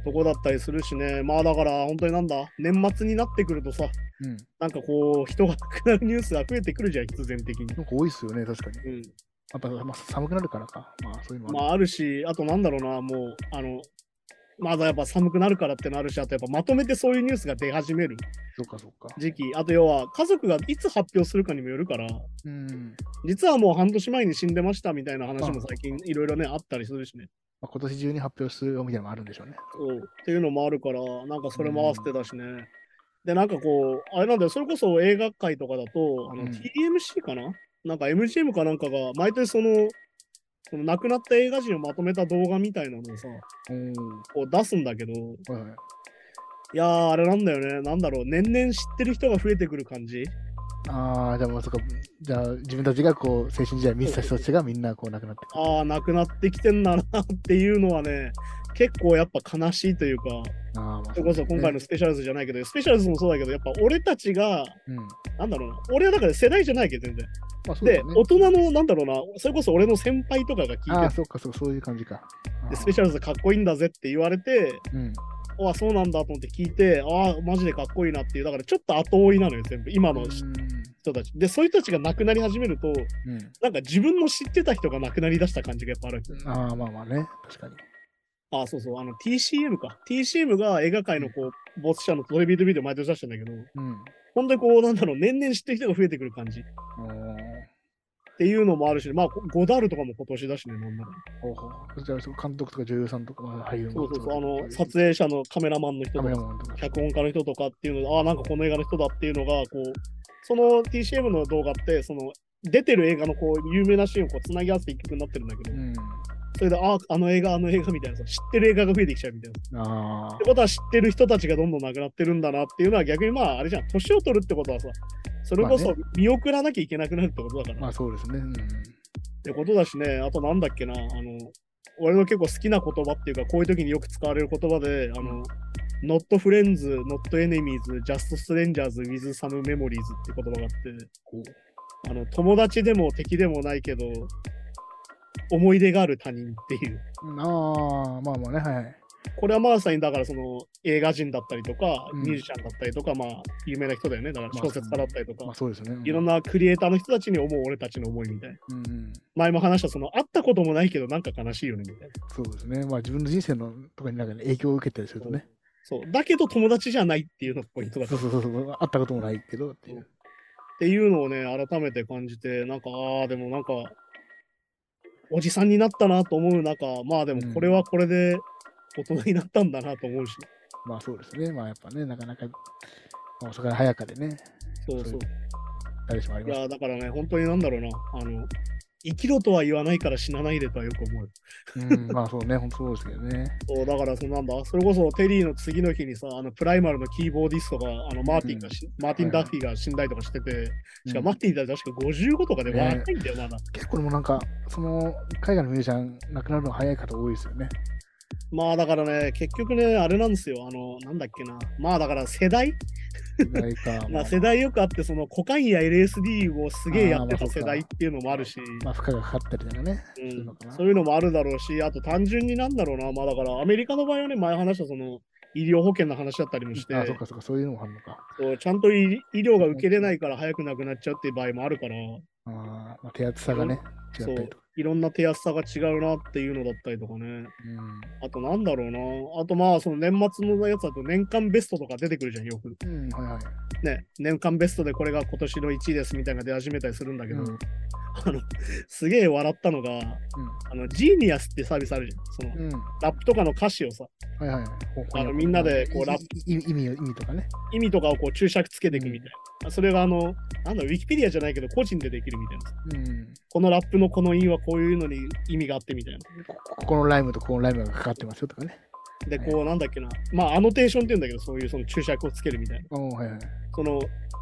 Speaker 2: そこだったりするしね、まあだから本当になんだ、年末になってくるとさ、
Speaker 3: うん。
Speaker 2: なんかこう、人が亡くなるニュースが増えてくるじゃん、必然的に。
Speaker 3: なんか多いですよね、確かに。
Speaker 2: うん
Speaker 3: やっぱ、まあ、寒くなるからか。まあそういうの
Speaker 2: ま
Speaker 3: あ
Speaker 2: ああるし、あとなんだろうな、もう、あの、まだやっぱ寒くなるからってのあるし、あとやっぱまとめてそういうニュースが出始める
Speaker 3: る。そうか、そうか。
Speaker 2: 時期、あと要は家族がいつ発表するかにもよるから、
Speaker 3: うん。
Speaker 2: 実はもう半年前に死んでましたみたいな話も最近いろいろね、あったりするしね。
Speaker 3: まあ、今年中に発表するよみたいなのもあるんでしょうね。
Speaker 2: そうっていうのもあるから、なんかそれも合わせてたしね。で、なんかこう、あれなんだよ、それこそ映画界とかだと、あの
Speaker 3: うん
Speaker 2: TMC かな、なんか MGM かなんかが、毎年その、その亡くなった映画人をまとめた動画みたいなのをさ、
Speaker 3: お
Speaker 2: こう出すんだけど、い
Speaker 3: お。はいはい。
Speaker 2: やー、あれなんだよね、なんだろう、年々知ってる人が増えてくる感じ。
Speaker 3: ああ、じゃあもうそっか。じゃあ自分たちがこう、青春時代見てた人たちがみんなこう亡くなってくる。
Speaker 2: あー、亡くなってきてんだなっていうのはね、結構やっぱ悲しいというか、
Speaker 3: ああ、まあ
Speaker 2: それこそ今回のスペシャルズじゃないけど、スペシャルズもそうだけど、やっぱ俺たちが、
Speaker 3: うん。ま
Speaker 2: なんだろうな、俺はだから世代じゃないけど、全然。
Speaker 3: あそうだ
Speaker 2: で、
Speaker 3: よね。
Speaker 2: 大人の、なんだろうな、それこそ俺の先輩とかが
Speaker 3: あ
Speaker 2: 聞
Speaker 3: あ、
Speaker 2: いて
Speaker 3: そうか、そうそういう感じか。あ
Speaker 2: て、
Speaker 3: ー
Speaker 2: スペシャルズかっこいいんだぜって言われて、
Speaker 3: うん。
Speaker 2: ああ、そうなんだと思って聞いて、ああ、マジでかっこいいなっていう、だからちょっと後追いなのよ、全部、今の人たち。で、そういう人たちが亡くなり始めると、
Speaker 3: うん。
Speaker 2: なんか自分の知ってた人が亡くなりだした感じがやっぱある。
Speaker 3: うん、ああ、まあまあね。確かに。
Speaker 2: ああ、そうそう、あの TCM か。TCM が映画界のこう、ボス社のトレビュートビデオ毎年出してんだけど、
Speaker 3: うん。
Speaker 2: 本当にこう、なんだろう、年々知ってる人が増えてくる感じ。
Speaker 3: おー
Speaker 2: っていうのもあるし、まあ、ゴゴダールとかも今年だしね、なんなら。
Speaker 3: ほうほう。じゃあ、その監督とか女優さんとか、まあ俳優
Speaker 2: そうそうそう、あの、撮
Speaker 3: 影
Speaker 2: 影者のカメラマンの人
Speaker 3: カ
Speaker 2: と
Speaker 3: メラ
Speaker 2: か、
Speaker 3: マンとか。
Speaker 2: 脚本家の人とかっていうので、ああ、なんかこの映画の人だっていうのが、こう、その TCM の動画って、その、出てる映画のこう、有名なシーンをこう、つなぎ合わせて一曲になってるんだけど、
Speaker 3: うん。
Speaker 2: それで、ああ、あの映画、あの映画みたいなさ、知ってる映画が増えてきちゃうみたいな。
Speaker 3: ああ
Speaker 2: って。ことは知ってる人たちがどんどんなくなってるんだなっていうのは逆にまああれじゃん年を取るってことはさそれこ
Speaker 3: ま
Speaker 2: そ
Speaker 3: あ
Speaker 2: 見送らなきゃいけなくなるってことだから、
Speaker 3: まあそうですね。うん。
Speaker 2: ってことだしねあとなんだっけなあの俺の結構好きな言葉っていうかこういう時によく使われる言葉であの、not friends, not enemies, just strangers with some memories って言葉があって
Speaker 3: こう
Speaker 2: あの友達でも敵でもないけど思い出がある他人っていう
Speaker 3: ああ、まあまあね、はい。
Speaker 2: これはまさにだからその映画人だったりとか、
Speaker 3: うん
Speaker 2: ミュージシャンだったりとか、まあ有名な人だよね。だから
Speaker 3: まあ
Speaker 2: 小説家だったりとか、
Speaker 3: まあそうですね。
Speaker 2: いろん
Speaker 3: な。
Speaker 2: なクリエイターの人たちに思う俺たちの思いみたいな。
Speaker 3: うんうん。
Speaker 2: 前も話したその会ったこともないけどなんか悲しいよねみたいな。
Speaker 3: そうですね。まあ自分の人生のとかになんかね影響を受けたりするとね。
Speaker 2: そう。だけど友達じゃないっていうのがポイントだか
Speaker 3: そ
Speaker 2: ら
Speaker 3: う。そうそうそう。会ったこともないけどっていう。
Speaker 2: っていうのをね、改めて感じて、なんか、ああ、でもなんか、おじさんになったなと思う中、まあでもこれはこれで大人になったんだなと思うし、
Speaker 3: まあそうですね。まあやっぱね、なかなか、まあ、遅かれ早かでね、
Speaker 2: そうそう。
Speaker 3: 誰しもあり
Speaker 2: い
Speaker 3: ます。
Speaker 2: や、だからね、本当になんだろうな、あの、生きろとは言わないから死なないでとはよく思う。
Speaker 3: うん、まあそうね、本当そうですけどね。
Speaker 2: そうだからそのなんだそれこそテリーの次の日にさあのプライマルのキーボーディストがあのマーティンがし、マーティン・ダッフィーが死んだりとかしてて、しかもマーティンだって確か55とかで
Speaker 3: ね
Speaker 2: 若いんだよまだ、
Speaker 3: 結構でもなんか、その、海外のミュージシャン、亡くなるのが早い方多いです
Speaker 2: (laughs)
Speaker 3: よね。
Speaker 2: まあだからね結局ねあれなんですよあのなんだっけなまあだから世代、
Speaker 3: 世代か。
Speaker 2: まあ、世代よくあってそのコカインや LSD をすげえやって
Speaker 3: あー
Speaker 2: た
Speaker 3: まあそっ
Speaker 2: 世
Speaker 3: か
Speaker 2: 代っていうのもあるし、
Speaker 3: まあ、負荷がかかったりとかね。
Speaker 2: うん
Speaker 3: そういうのかな
Speaker 2: そういうのもあるだろうしあと単純になんだろうなまあだからアメリカの場合はね前話したその医療保険の話だったりもして
Speaker 3: あそっかそっか、そういうのもあるのか。
Speaker 2: そうちゃんと医医療が受けれないから早く亡くなっちゃうっていう場合もあるから、
Speaker 3: あーまあ、手厚さがね、違っ
Speaker 2: そう
Speaker 3: たりとか。
Speaker 2: いろんな手厚さが違うなっていうのだったりとかね。
Speaker 3: うん
Speaker 2: あとなんだろうな。あとまあ、その年末のやつだと年間ベストとか出てくるじゃん、よく。
Speaker 3: うん、はいはい。
Speaker 2: ね、年間ベストでこれが今年の1位ですみたいなのが出始めたりするんだけど、
Speaker 3: うん
Speaker 2: あの、すげえ笑ったのが、あの、ジーニアスってサービスあるじゃん。その、
Speaker 3: うん、うん、
Speaker 2: ラップとかの歌詞をさ、
Speaker 3: はいはい。
Speaker 2: あのみんなでこう
Speaker 3: い
Speaker 2: ラップ
Speaker 3: い意味を意味とかね。
Speaker 2: 意味とかをこう注釈つけていくみたいな。それがあの、なんだろう、ウィキペディアじゃないけど、個人でできるみたいな。
Speaker 3: うん、
Speaker 2: このラップのこの韻はこういうのに意味があってみたいな。
Speaker 3: こここのライムとここのライムがかかってますよとかね。
Speaker 2: で、
Speaker 3: はい
Speaker 2: こう、なんだっけな、まあ、アノテーションって言うんだけど、そういうその注釈をつけるみたいな。
Speaker 3: おーはいはい。
Speaker 2: その、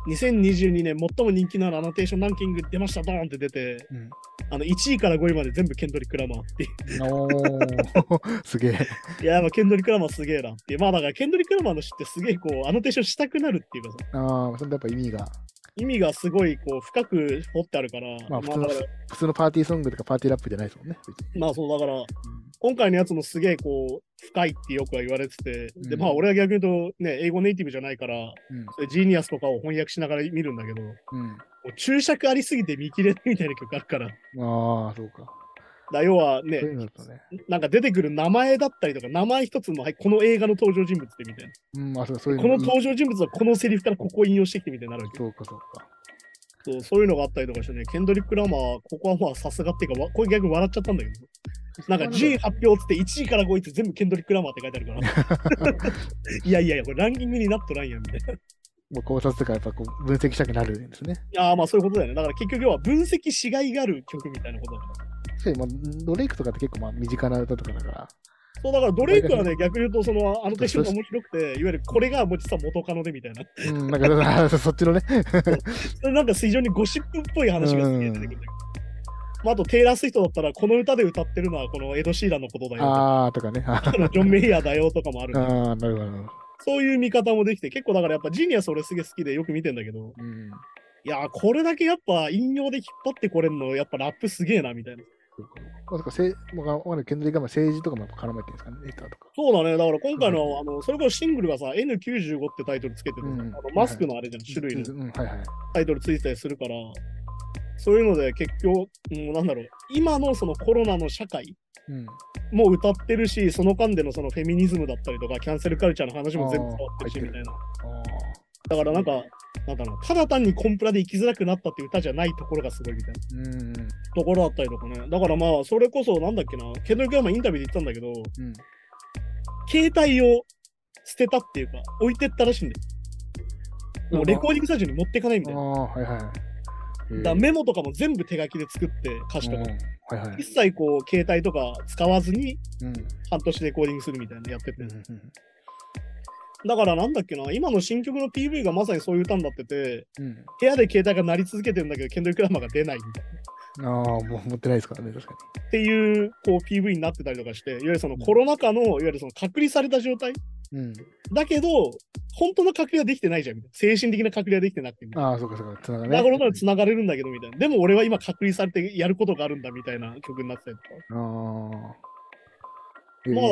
Speaker 2: 2022年最も人気のあるアノテーションランキング出ました、ドーンって出て、
Speaker 3: うん
Speaker 2: あの、1位から5位まで全部ケンドリック・ラマーっ
Speaker 3: (laughs)
Speaker 2: てい
Speaker 3: お
Speaker 2: (laughs)
Speaker 3: ーすげえ。
Speaker 2: う。いや、まあ、ケンドリック・ラマーすげえなっていう。まあ、だから、ケンドリック・ラマーの詩ってすげえ、こう、アノテーションしたくなるっていうかさ、
Speaker 3: ああ、それやっぱ意味が。
Speaker 2: 意味がすごい、こう、深く掘ってあるから、
Speaker 3: まあ普通
Speaker 2: だ
Speaker 3: の
Speaker 2: から、
Speaker 3: 普通のパーティーソングとかパーティーラップじゃないですもんね。別に
Speaker 2: まあ、そう、だから、今回のやつもすげえ、こう、深いってよくは言われてて、で、
Speaker 3: うん
Speaker 2: まあ、俺は逆に言うと、ね、英語ネイティブじゃないから、
Speaker 3: うん
Speaker 2: それジーニアスとかを翻訳しながら見るんだけど、
Speaker 3: うん。
Speaker 2: もう注釈ありすぎて見切れないみたいな曲あるから。
Speaker 3: ああ、そうか。
Speaker 2: だ要は
Speaker 3: そうい
Speaker 2: ね、
Speaker 3: うのだとね。
Speaker 2: なんか出てくる名前だったりとか、名前一つの、はい、この映画の登場人物でみたい
Speaker 3: うん、あそうそうい
Speaker 2: な。
Speaker 3: う
Speaker 2: この
Speaker 3: いい
Speaker 2: 登場人物はこのセリフからここを引用してきてみたいになるわけ
Speaker 3: そうかそうか。
Speaker 2: そうそういうのがあったりとかしてね、ケンドリック・ラマー、ここはまあさすがっていうか、わこれ逆に笑っちゃったんだけど、なんか順位発表っつって1位から5位って全部ケンドリック・ラマーって書いてあるから、 (laughs) いやいやいや、これランキングになっとらんやんみたい
Speaker 3: もう考察とかやっぱこう分析したくなるんですね。
Speaker 2: な。ああ、まあそういうことだよね。だから結局要は分析しがいがある曲みたいなことだから。
Speaker 3: 確かに、まあ、ドレイクとかって結構まあ身近な歌とかだから。
Speaker 2: そうだからドレイクはね、逆に言うと、そのあの手ションが面白くて、いわゆるこれがもう実は元カノでみたいな、
Speaker 3: うん、なんかそそっちのね。
Speaker 2: それなんか非常にゴシップっぽい話がすげえ出てくるんだけど、まあ、あとテイラー・スウィフトだったら、この歌で歌ってるのはこのエド・シーランのことだよとか、
Speaker 3: ああ、とかね。あ
Speaker 2: あのジョン・メイヤーだよとかもあるん
Speaker 3: あ
Speaker 2: で、
Speaker 3: ー、なるほどなるほど。
Speaker 2: そういう見方もできて、結構だからやっぱジニアス俺すげえ好きでよく見てんだけど、
Speaker 3: うん。
Speaker 2: いやー、これだけやっぱ引用で引っ張ってこれんの、やっぱラップすげえなみたいな。
Speaker 3: そうかそうか。まあ、そっかせいまあわかんないケンドリック・ラマー政治とかもやっぱ絡めてるんですかね、ネタとか。
Speaker 2: そうだね、だから今回の、あのそれこそシングルがさ、N95 ってタイトルつけててさ、
Speaker 3: うん
Speaker 2: あのマスクのあれじゃん、種類の。
Speaker 3: うん、うんはいはい。
Speaker 2: タイトルついてたりするから、そういうので結局、うん、なんだろう、今のそのコロナの社会
Speaker 3: うん。
Speaker 2: も歌ってるし、その間でのそのフェミニズムだったりとか、キャンセルカルチャーの話も全部
Speaker 3: あ
Speaker 2: 伝
Speaker 3: ー
Speaker 2: わってるし、
Speaker 3: 入
Speaker 2: み
Speaker 3: っ
Speaker 2: た
Speaker 3: てる
Speaker 2: いな。
Speaker 3: ああ。
Speaker 2: だからなんか、なんだろう、ただ単にコンプラで生きづらくなったっていう歌じゃないところがすごいみたいな
Speaker 3: うん。
Speaker 2: ところだったりとかね。だからまあ、それこそなんだっけな、ケンドリック・ラマーインタビューで言ったんだけど、
Speaker 3: うん。
Speaker 2: 携帯を捨てたっていうか、置いてったらしいんだよ。もうレコーディングスタジオに持ってかないみたい
Speaker 3: あ
Speaker 2: な。
Speaker 3: あ、はいはい。へえ
Speaker 2: だからメモとかも全部手書きで作って、歌詞とかも。
Speaker 3: うんはいはい。
Speaker 2: 一切こう携帯とか使わずに
Speaker 3: うん。
Speaker 2: 半年レコーディングするみたいなのやってて、
Speaker 3: うんうん
Speaker 2: だからなんだっけな今の新曲の PV がまさにそういう歌になってて
Speaker 3: うん。
Speaker 2: 部屋で携帯が鳴り続けてるんだけどケンドリック・ラマーが出ないみたいな
Speaker 3: ああ、もう持ってないですからね、確か
Speaker 2: っていうこう PV になってたりとかしていわゆるその
Speaker 3: うん
Speaker 2: コロナ禍のいわゆるその隔離された状態
Speaker 3: に。うん。
Speaker 2: だけど本当の隔離はできてないじゃんみたいな精神的な隔離はできてなくてみたいな。
Speaker 3: ああ、そうかそうか、つなが
Speaker 2: だから
Speaker 3: ね。
Speaker 2: つながれるんだけどみたいな。でも俺は今隔離されてやることがあるんだみたいな曲になってたりとか。
Speaker 3: ああ。
Speaker 2: まあだか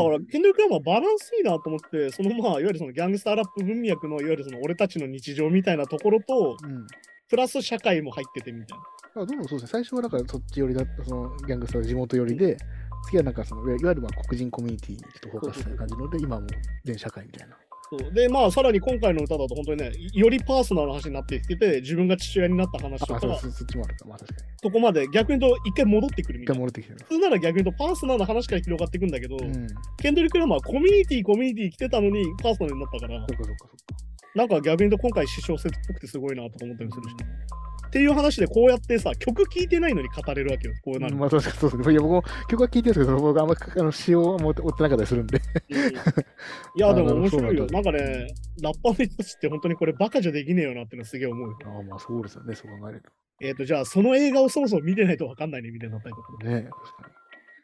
Speaker 3: へ
Speaker 2: ら、ケンドリック・ラマーバランスいいなと思って、そのまあ、いわゆるそのギャングスターラップ文脈の、いわゆるその俺たちの日常みたいなところと、
Speaker 3: えうん。
Speaker 2: プラス社会も入っててみたいな。
Speaker 3: まあ、どうもそうですね。最初はだからそっち寄りだった、そのギャングスターの地元寄りで、次はなんかその、いわいわゆるまあ黒人コミュニティにちょっとフォーカスした感じので、今はもう全社会みたいな。
Speaker 2: そうで、まあ、さらに今回の歌だと、本当にね、よりパーソナルな話になってきてて、自分が父親になった話とか、
Speaker 3: あ、そうそそっちもあるか。まあ確かに。
Speaker 2: そこまで逆に言うと、一回戻ってくるみ
Speaker 3: 一
Speaker 2: た
Speaker 3: 回
Speaker 2: いな。
Speaker 3: 戻ってきてる。
Speaker 2: 普通なら逆に言うと、パーソナルな話から広がっていくんだけど、
Speaker 3: うん。そ
Speaker 2: ケンドリック・ラマーはコミュニティ、コミュニティ来てたのに、パーソナルになったから、
Speaker 3: っかそっか
Speaker 2: なんか逆に言うと、今回、詩小説っぽくてすごいなとか思ったりも
Speaker 3: そ
Speaker 2: す
Speaker 3: っ
Speaker 2: るし。
Speaker 3: か。
Speaker 2: っていう話で、こうやってさ、曲聴いてないのに語れるわけよ、こうなると。
Speaker 3: まあ確かにそうですね。いや、僕も曲は聴いてるんですけど、僕あんま (laughs) あの詩を持って追ってなかったりするんで。
Speaker 2: いや、でも面白いよ。なんかね、ラッパーの人たちって本当にこれバカじゃできねえよなってのはすげえ思うよ。
Speaker 3: ああ、まあそうですよね、そう考えると。
Speaker 2: えっ、と、じゃあその映画をそもそも見てないとわかんないねみたいになったりとか
Speaker 3: ね確か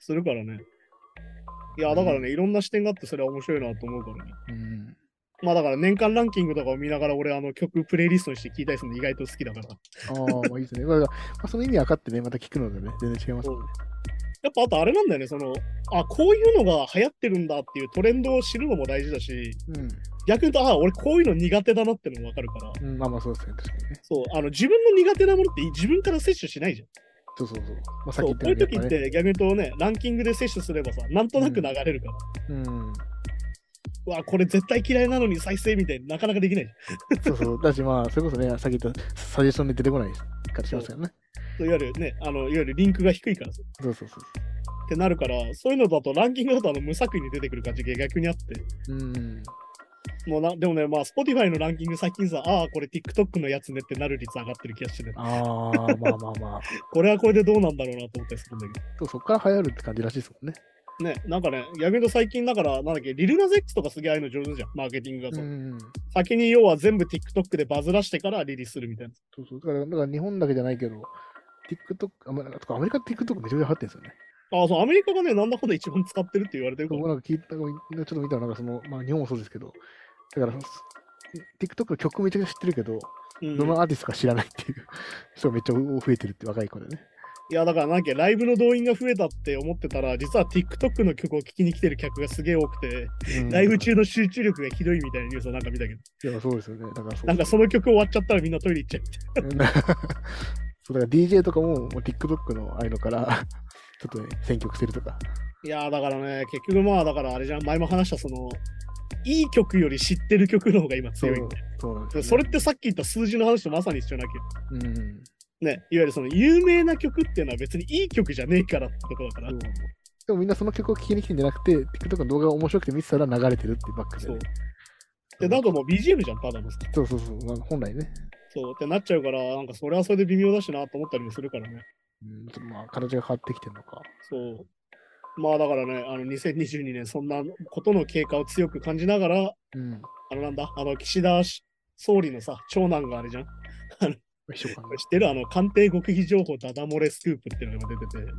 Speaker 2: するからね。いや、だからね、いろんな視点があってそれは面白いなと思うからね。
Speaker 3: に。うん。
Speaker 2: まあだから年間ランキングとかを見ながら俺あの曲プレイリストにして聴いたりするの意外と好きだから。
Speaker 3: ああ、まあいいですね。まあ、ま (laughs) あ、その意味分かってね、また聞くのでね、全然違います。
Speaker 2: やっぱあとあれなんだよね、その、あ、こういうのが流行ってるんだっていうトレンドを知るのも大事だし、
Speaker 3: うん。
Speaker 2: 逆に言うと、あ、俺こういうの苦手だなってのもわかるから、
Speaker 3: うん、まあまあそうですね、確かにね。
Speaker 2: そう、あの自分の苦手なものって自分から摂取しないじゃん。
Speaker 3: そうそうそう。まあさ
Speaker 2: そ
Speaker 3: っき
Speaker 2: うこう
Speaker 3: 言
Speaker 2: い
Speaker 3: っ
Speaker 2: う
Speaker 3: た
Speaker 2: 時
Speaker 3: よう
Speaker 2: っ
Speaker 3: にやって
Speaker 2: 逆に言うとね、ランキングで摂取すればさ、なんとなく流れるから、
Speaker 3: ぱね。うん。
Speaker 2: うわ、これ絶対嫌いなのに再生みたいになかなかできないじゃん。
Speaker 3: そうそう。だしまあ、それこそね、さっき言ったサジェスションで出てこないからしますよね。
Speaker 2: そういわゆるね、あのいわゆるリンクが低いからさ
Speaker 3: そうそうそう
Speaker 2: ってなるから、そういうのだとランキングだとあの無作為に出てくる感じが逆にあって、
Speaker 3: そう。うん。
Speaker 2: もうなでもね、まあ、Spotify のランキング最近さ、ああ、これ TikTok のやつねってなる率上がってる気がしてね、
Speaker 3: ああ、まあまあまあ。
Speaker 2: これはこれでどうなんだろうなと思ったりするんだけど。
Speaker 3: そうそっから流行るって感じらしいですもんね。
Speaker 2: ね、なんかね、逆に言うと最近だから、なんだっけ、リルナゼックスとかすげえああいうの上手じゃん、マーケティングが
Speaker 3: う
Speaker 2: さ。
Speaker 3: ん。
Speaker 2: 先に要は全部 TikTok でバズらしてからリリースするみたいな。
Speaker 3: そうそう。だから、だから日本だけじゃないけど、TikTok、あまあとかアメリカ TikTok めちゃめちゃ流行ってるんですよね。
Speaker 2: ああ、そう、アメリカがね、なんだかんだ一番使ってるって言われてるから
Speaker 3: 僕。なんか聞いた、なんかちょっと見たら、なんかその、まあ日本もそうですけど、だから、TikTok の曲めちゃくちゃ知ってるけど、
Speaker 2: うん
Speaker 3: どのアーティストか知らないっていう人がめっちゃ増えてるって若い子でね。
Speaker 2: いや、だからなんかライブの動員が増えたって思ってたら、実は TikTok の曲を聴きに来てる客がすげえ多くて、
Speaker 3: うん
Speaker 2: ライブ中の集中力がひどいみたいなニュースをなんか見たけど、
Speaker 3: いや、そうですよね。だからそう。
Speaker 2: なんかその曲終わっちゃったらみんなトイレ行っちゃうみたい
Speaker 3: うん (laughs) そうだから DJ とかももう TikTok のああいうのから、 (laughs) ちょっとね、選曲してるとか。
Speaker 2: な。いや、だからね、結局まあ、だからあれじゃん、前も話したその、いい曲より知ってる曲の方が今
Speaker 3: そう
Speaker 2: 強いんだよ。
Speaker 3: そうなんですよ、ね。
Speaker 2: それってさっき言った数字の話とまさに一緒なわけよ。
Speaker 3: うん。うん
Speaker 2: ね、いわゆるその有名な曲っていうのは別にいい曲じゃねえからってとこだから
Speaker 3: そう。でもみんなその曲を聴きに来てんじゃなくて、TikTok の動画が面白くて見てたら流れてるってバックで、ね。
Speaker 2: で、なんかもう BGM じゃん、ただのさ。
Speaker 3: そうそうそう、まあ、本来ね、
Speaker 2: そうってなっちゃうから、なんかそれはそれで微妙だしなと思ったりもするからね。
Speaker 3: うん、ちょっとまあ形が変わってきてるのか。
Speaker 2: そう。まあだからね、あの2022年、そんなことの経過を強く感じながら、
Speaker 3: うん。
Speaker 2: あのなんだ、あの岸田し総理のさ、長男があれじゃん。
Speaker 3: 秘書官
Speaker 2: 知ってるあの官邸極秘情報ダダ漏れスクープっていうのが出てて、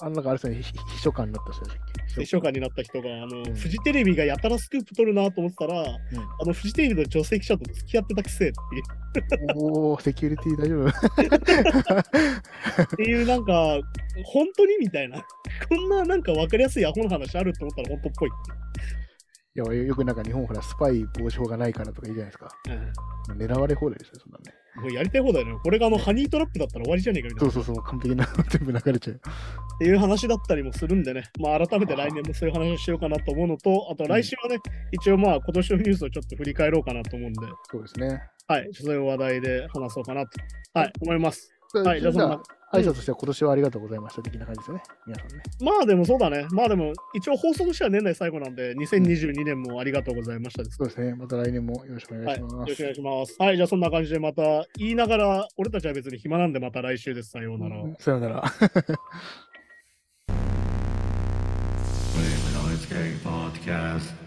Speaker 3: あんなんかあれですよね、ひ秘書官になった人でしたっけ
Speaker 2: 秘書官になった人が、あの、
Speaker 3: ん
Speaker 2: フジテレビがやたらスクープ取るなと思ってたら、あのフジテレビの女性記者と付き合ってたくせえっていう
Speaker 3: おお、セキュリティ大丈夫 (laughs)
Speaker 2: っていう、なんか、本当にみたいな。 (laughs) こんななんか分かりやすいアホの話あると思ったら本当っぽい。
Speaker 3: いやよくなんか日本ほらスパイ防止法がないからとかいいじゃないですか。狙われ放題ですよ、そんなんね。
Speaker 2: もうやりたい放題だよね。これがあのハニートラップだったら終わりじゃねえかみたい
Speaker 3: そ
Speaker 2: な
Speaker 3: うそうそう、完璧な全部流れちゃう。
Speaker 2: っていう話だったりもするんでね、まあ、改めて来年もそういう話をしようかなと思うのと、あと来週はね、一応まあ今年のニュースをちょっと振り返ろうかなと思うんで、
Speaker 3: そうですね。
Speaker 2: はい、そういう話題で話そうかなと、はい、思います。はい
Speaker 3: じゃあ
Speaker 2: じゃあ
Speaker 3: 挨拶としては今年はありがとうございました的な感じですよね、皆さんね。
Speaker 2: まあでもそうだね、まあでも一応放送としては年内最後なんで、2022年もありがとうございましたです。
Speaker 3: そうですね、また来年もよろしくお願
Speaker 2: はいい、
Speaker 3: し
Speaker 2: よ
Speaker 3: ま
Speaker 2: ろ
Speaker 3: す。
Speaker 2: しくお願いします。はい、じゃあそんな感じでまた言いながら、俺たちは別に暇なんでまた来週です。さようなら。
Speaker 3: うんさよなら。
Speaker 1: Wave Noise Gang Podcast.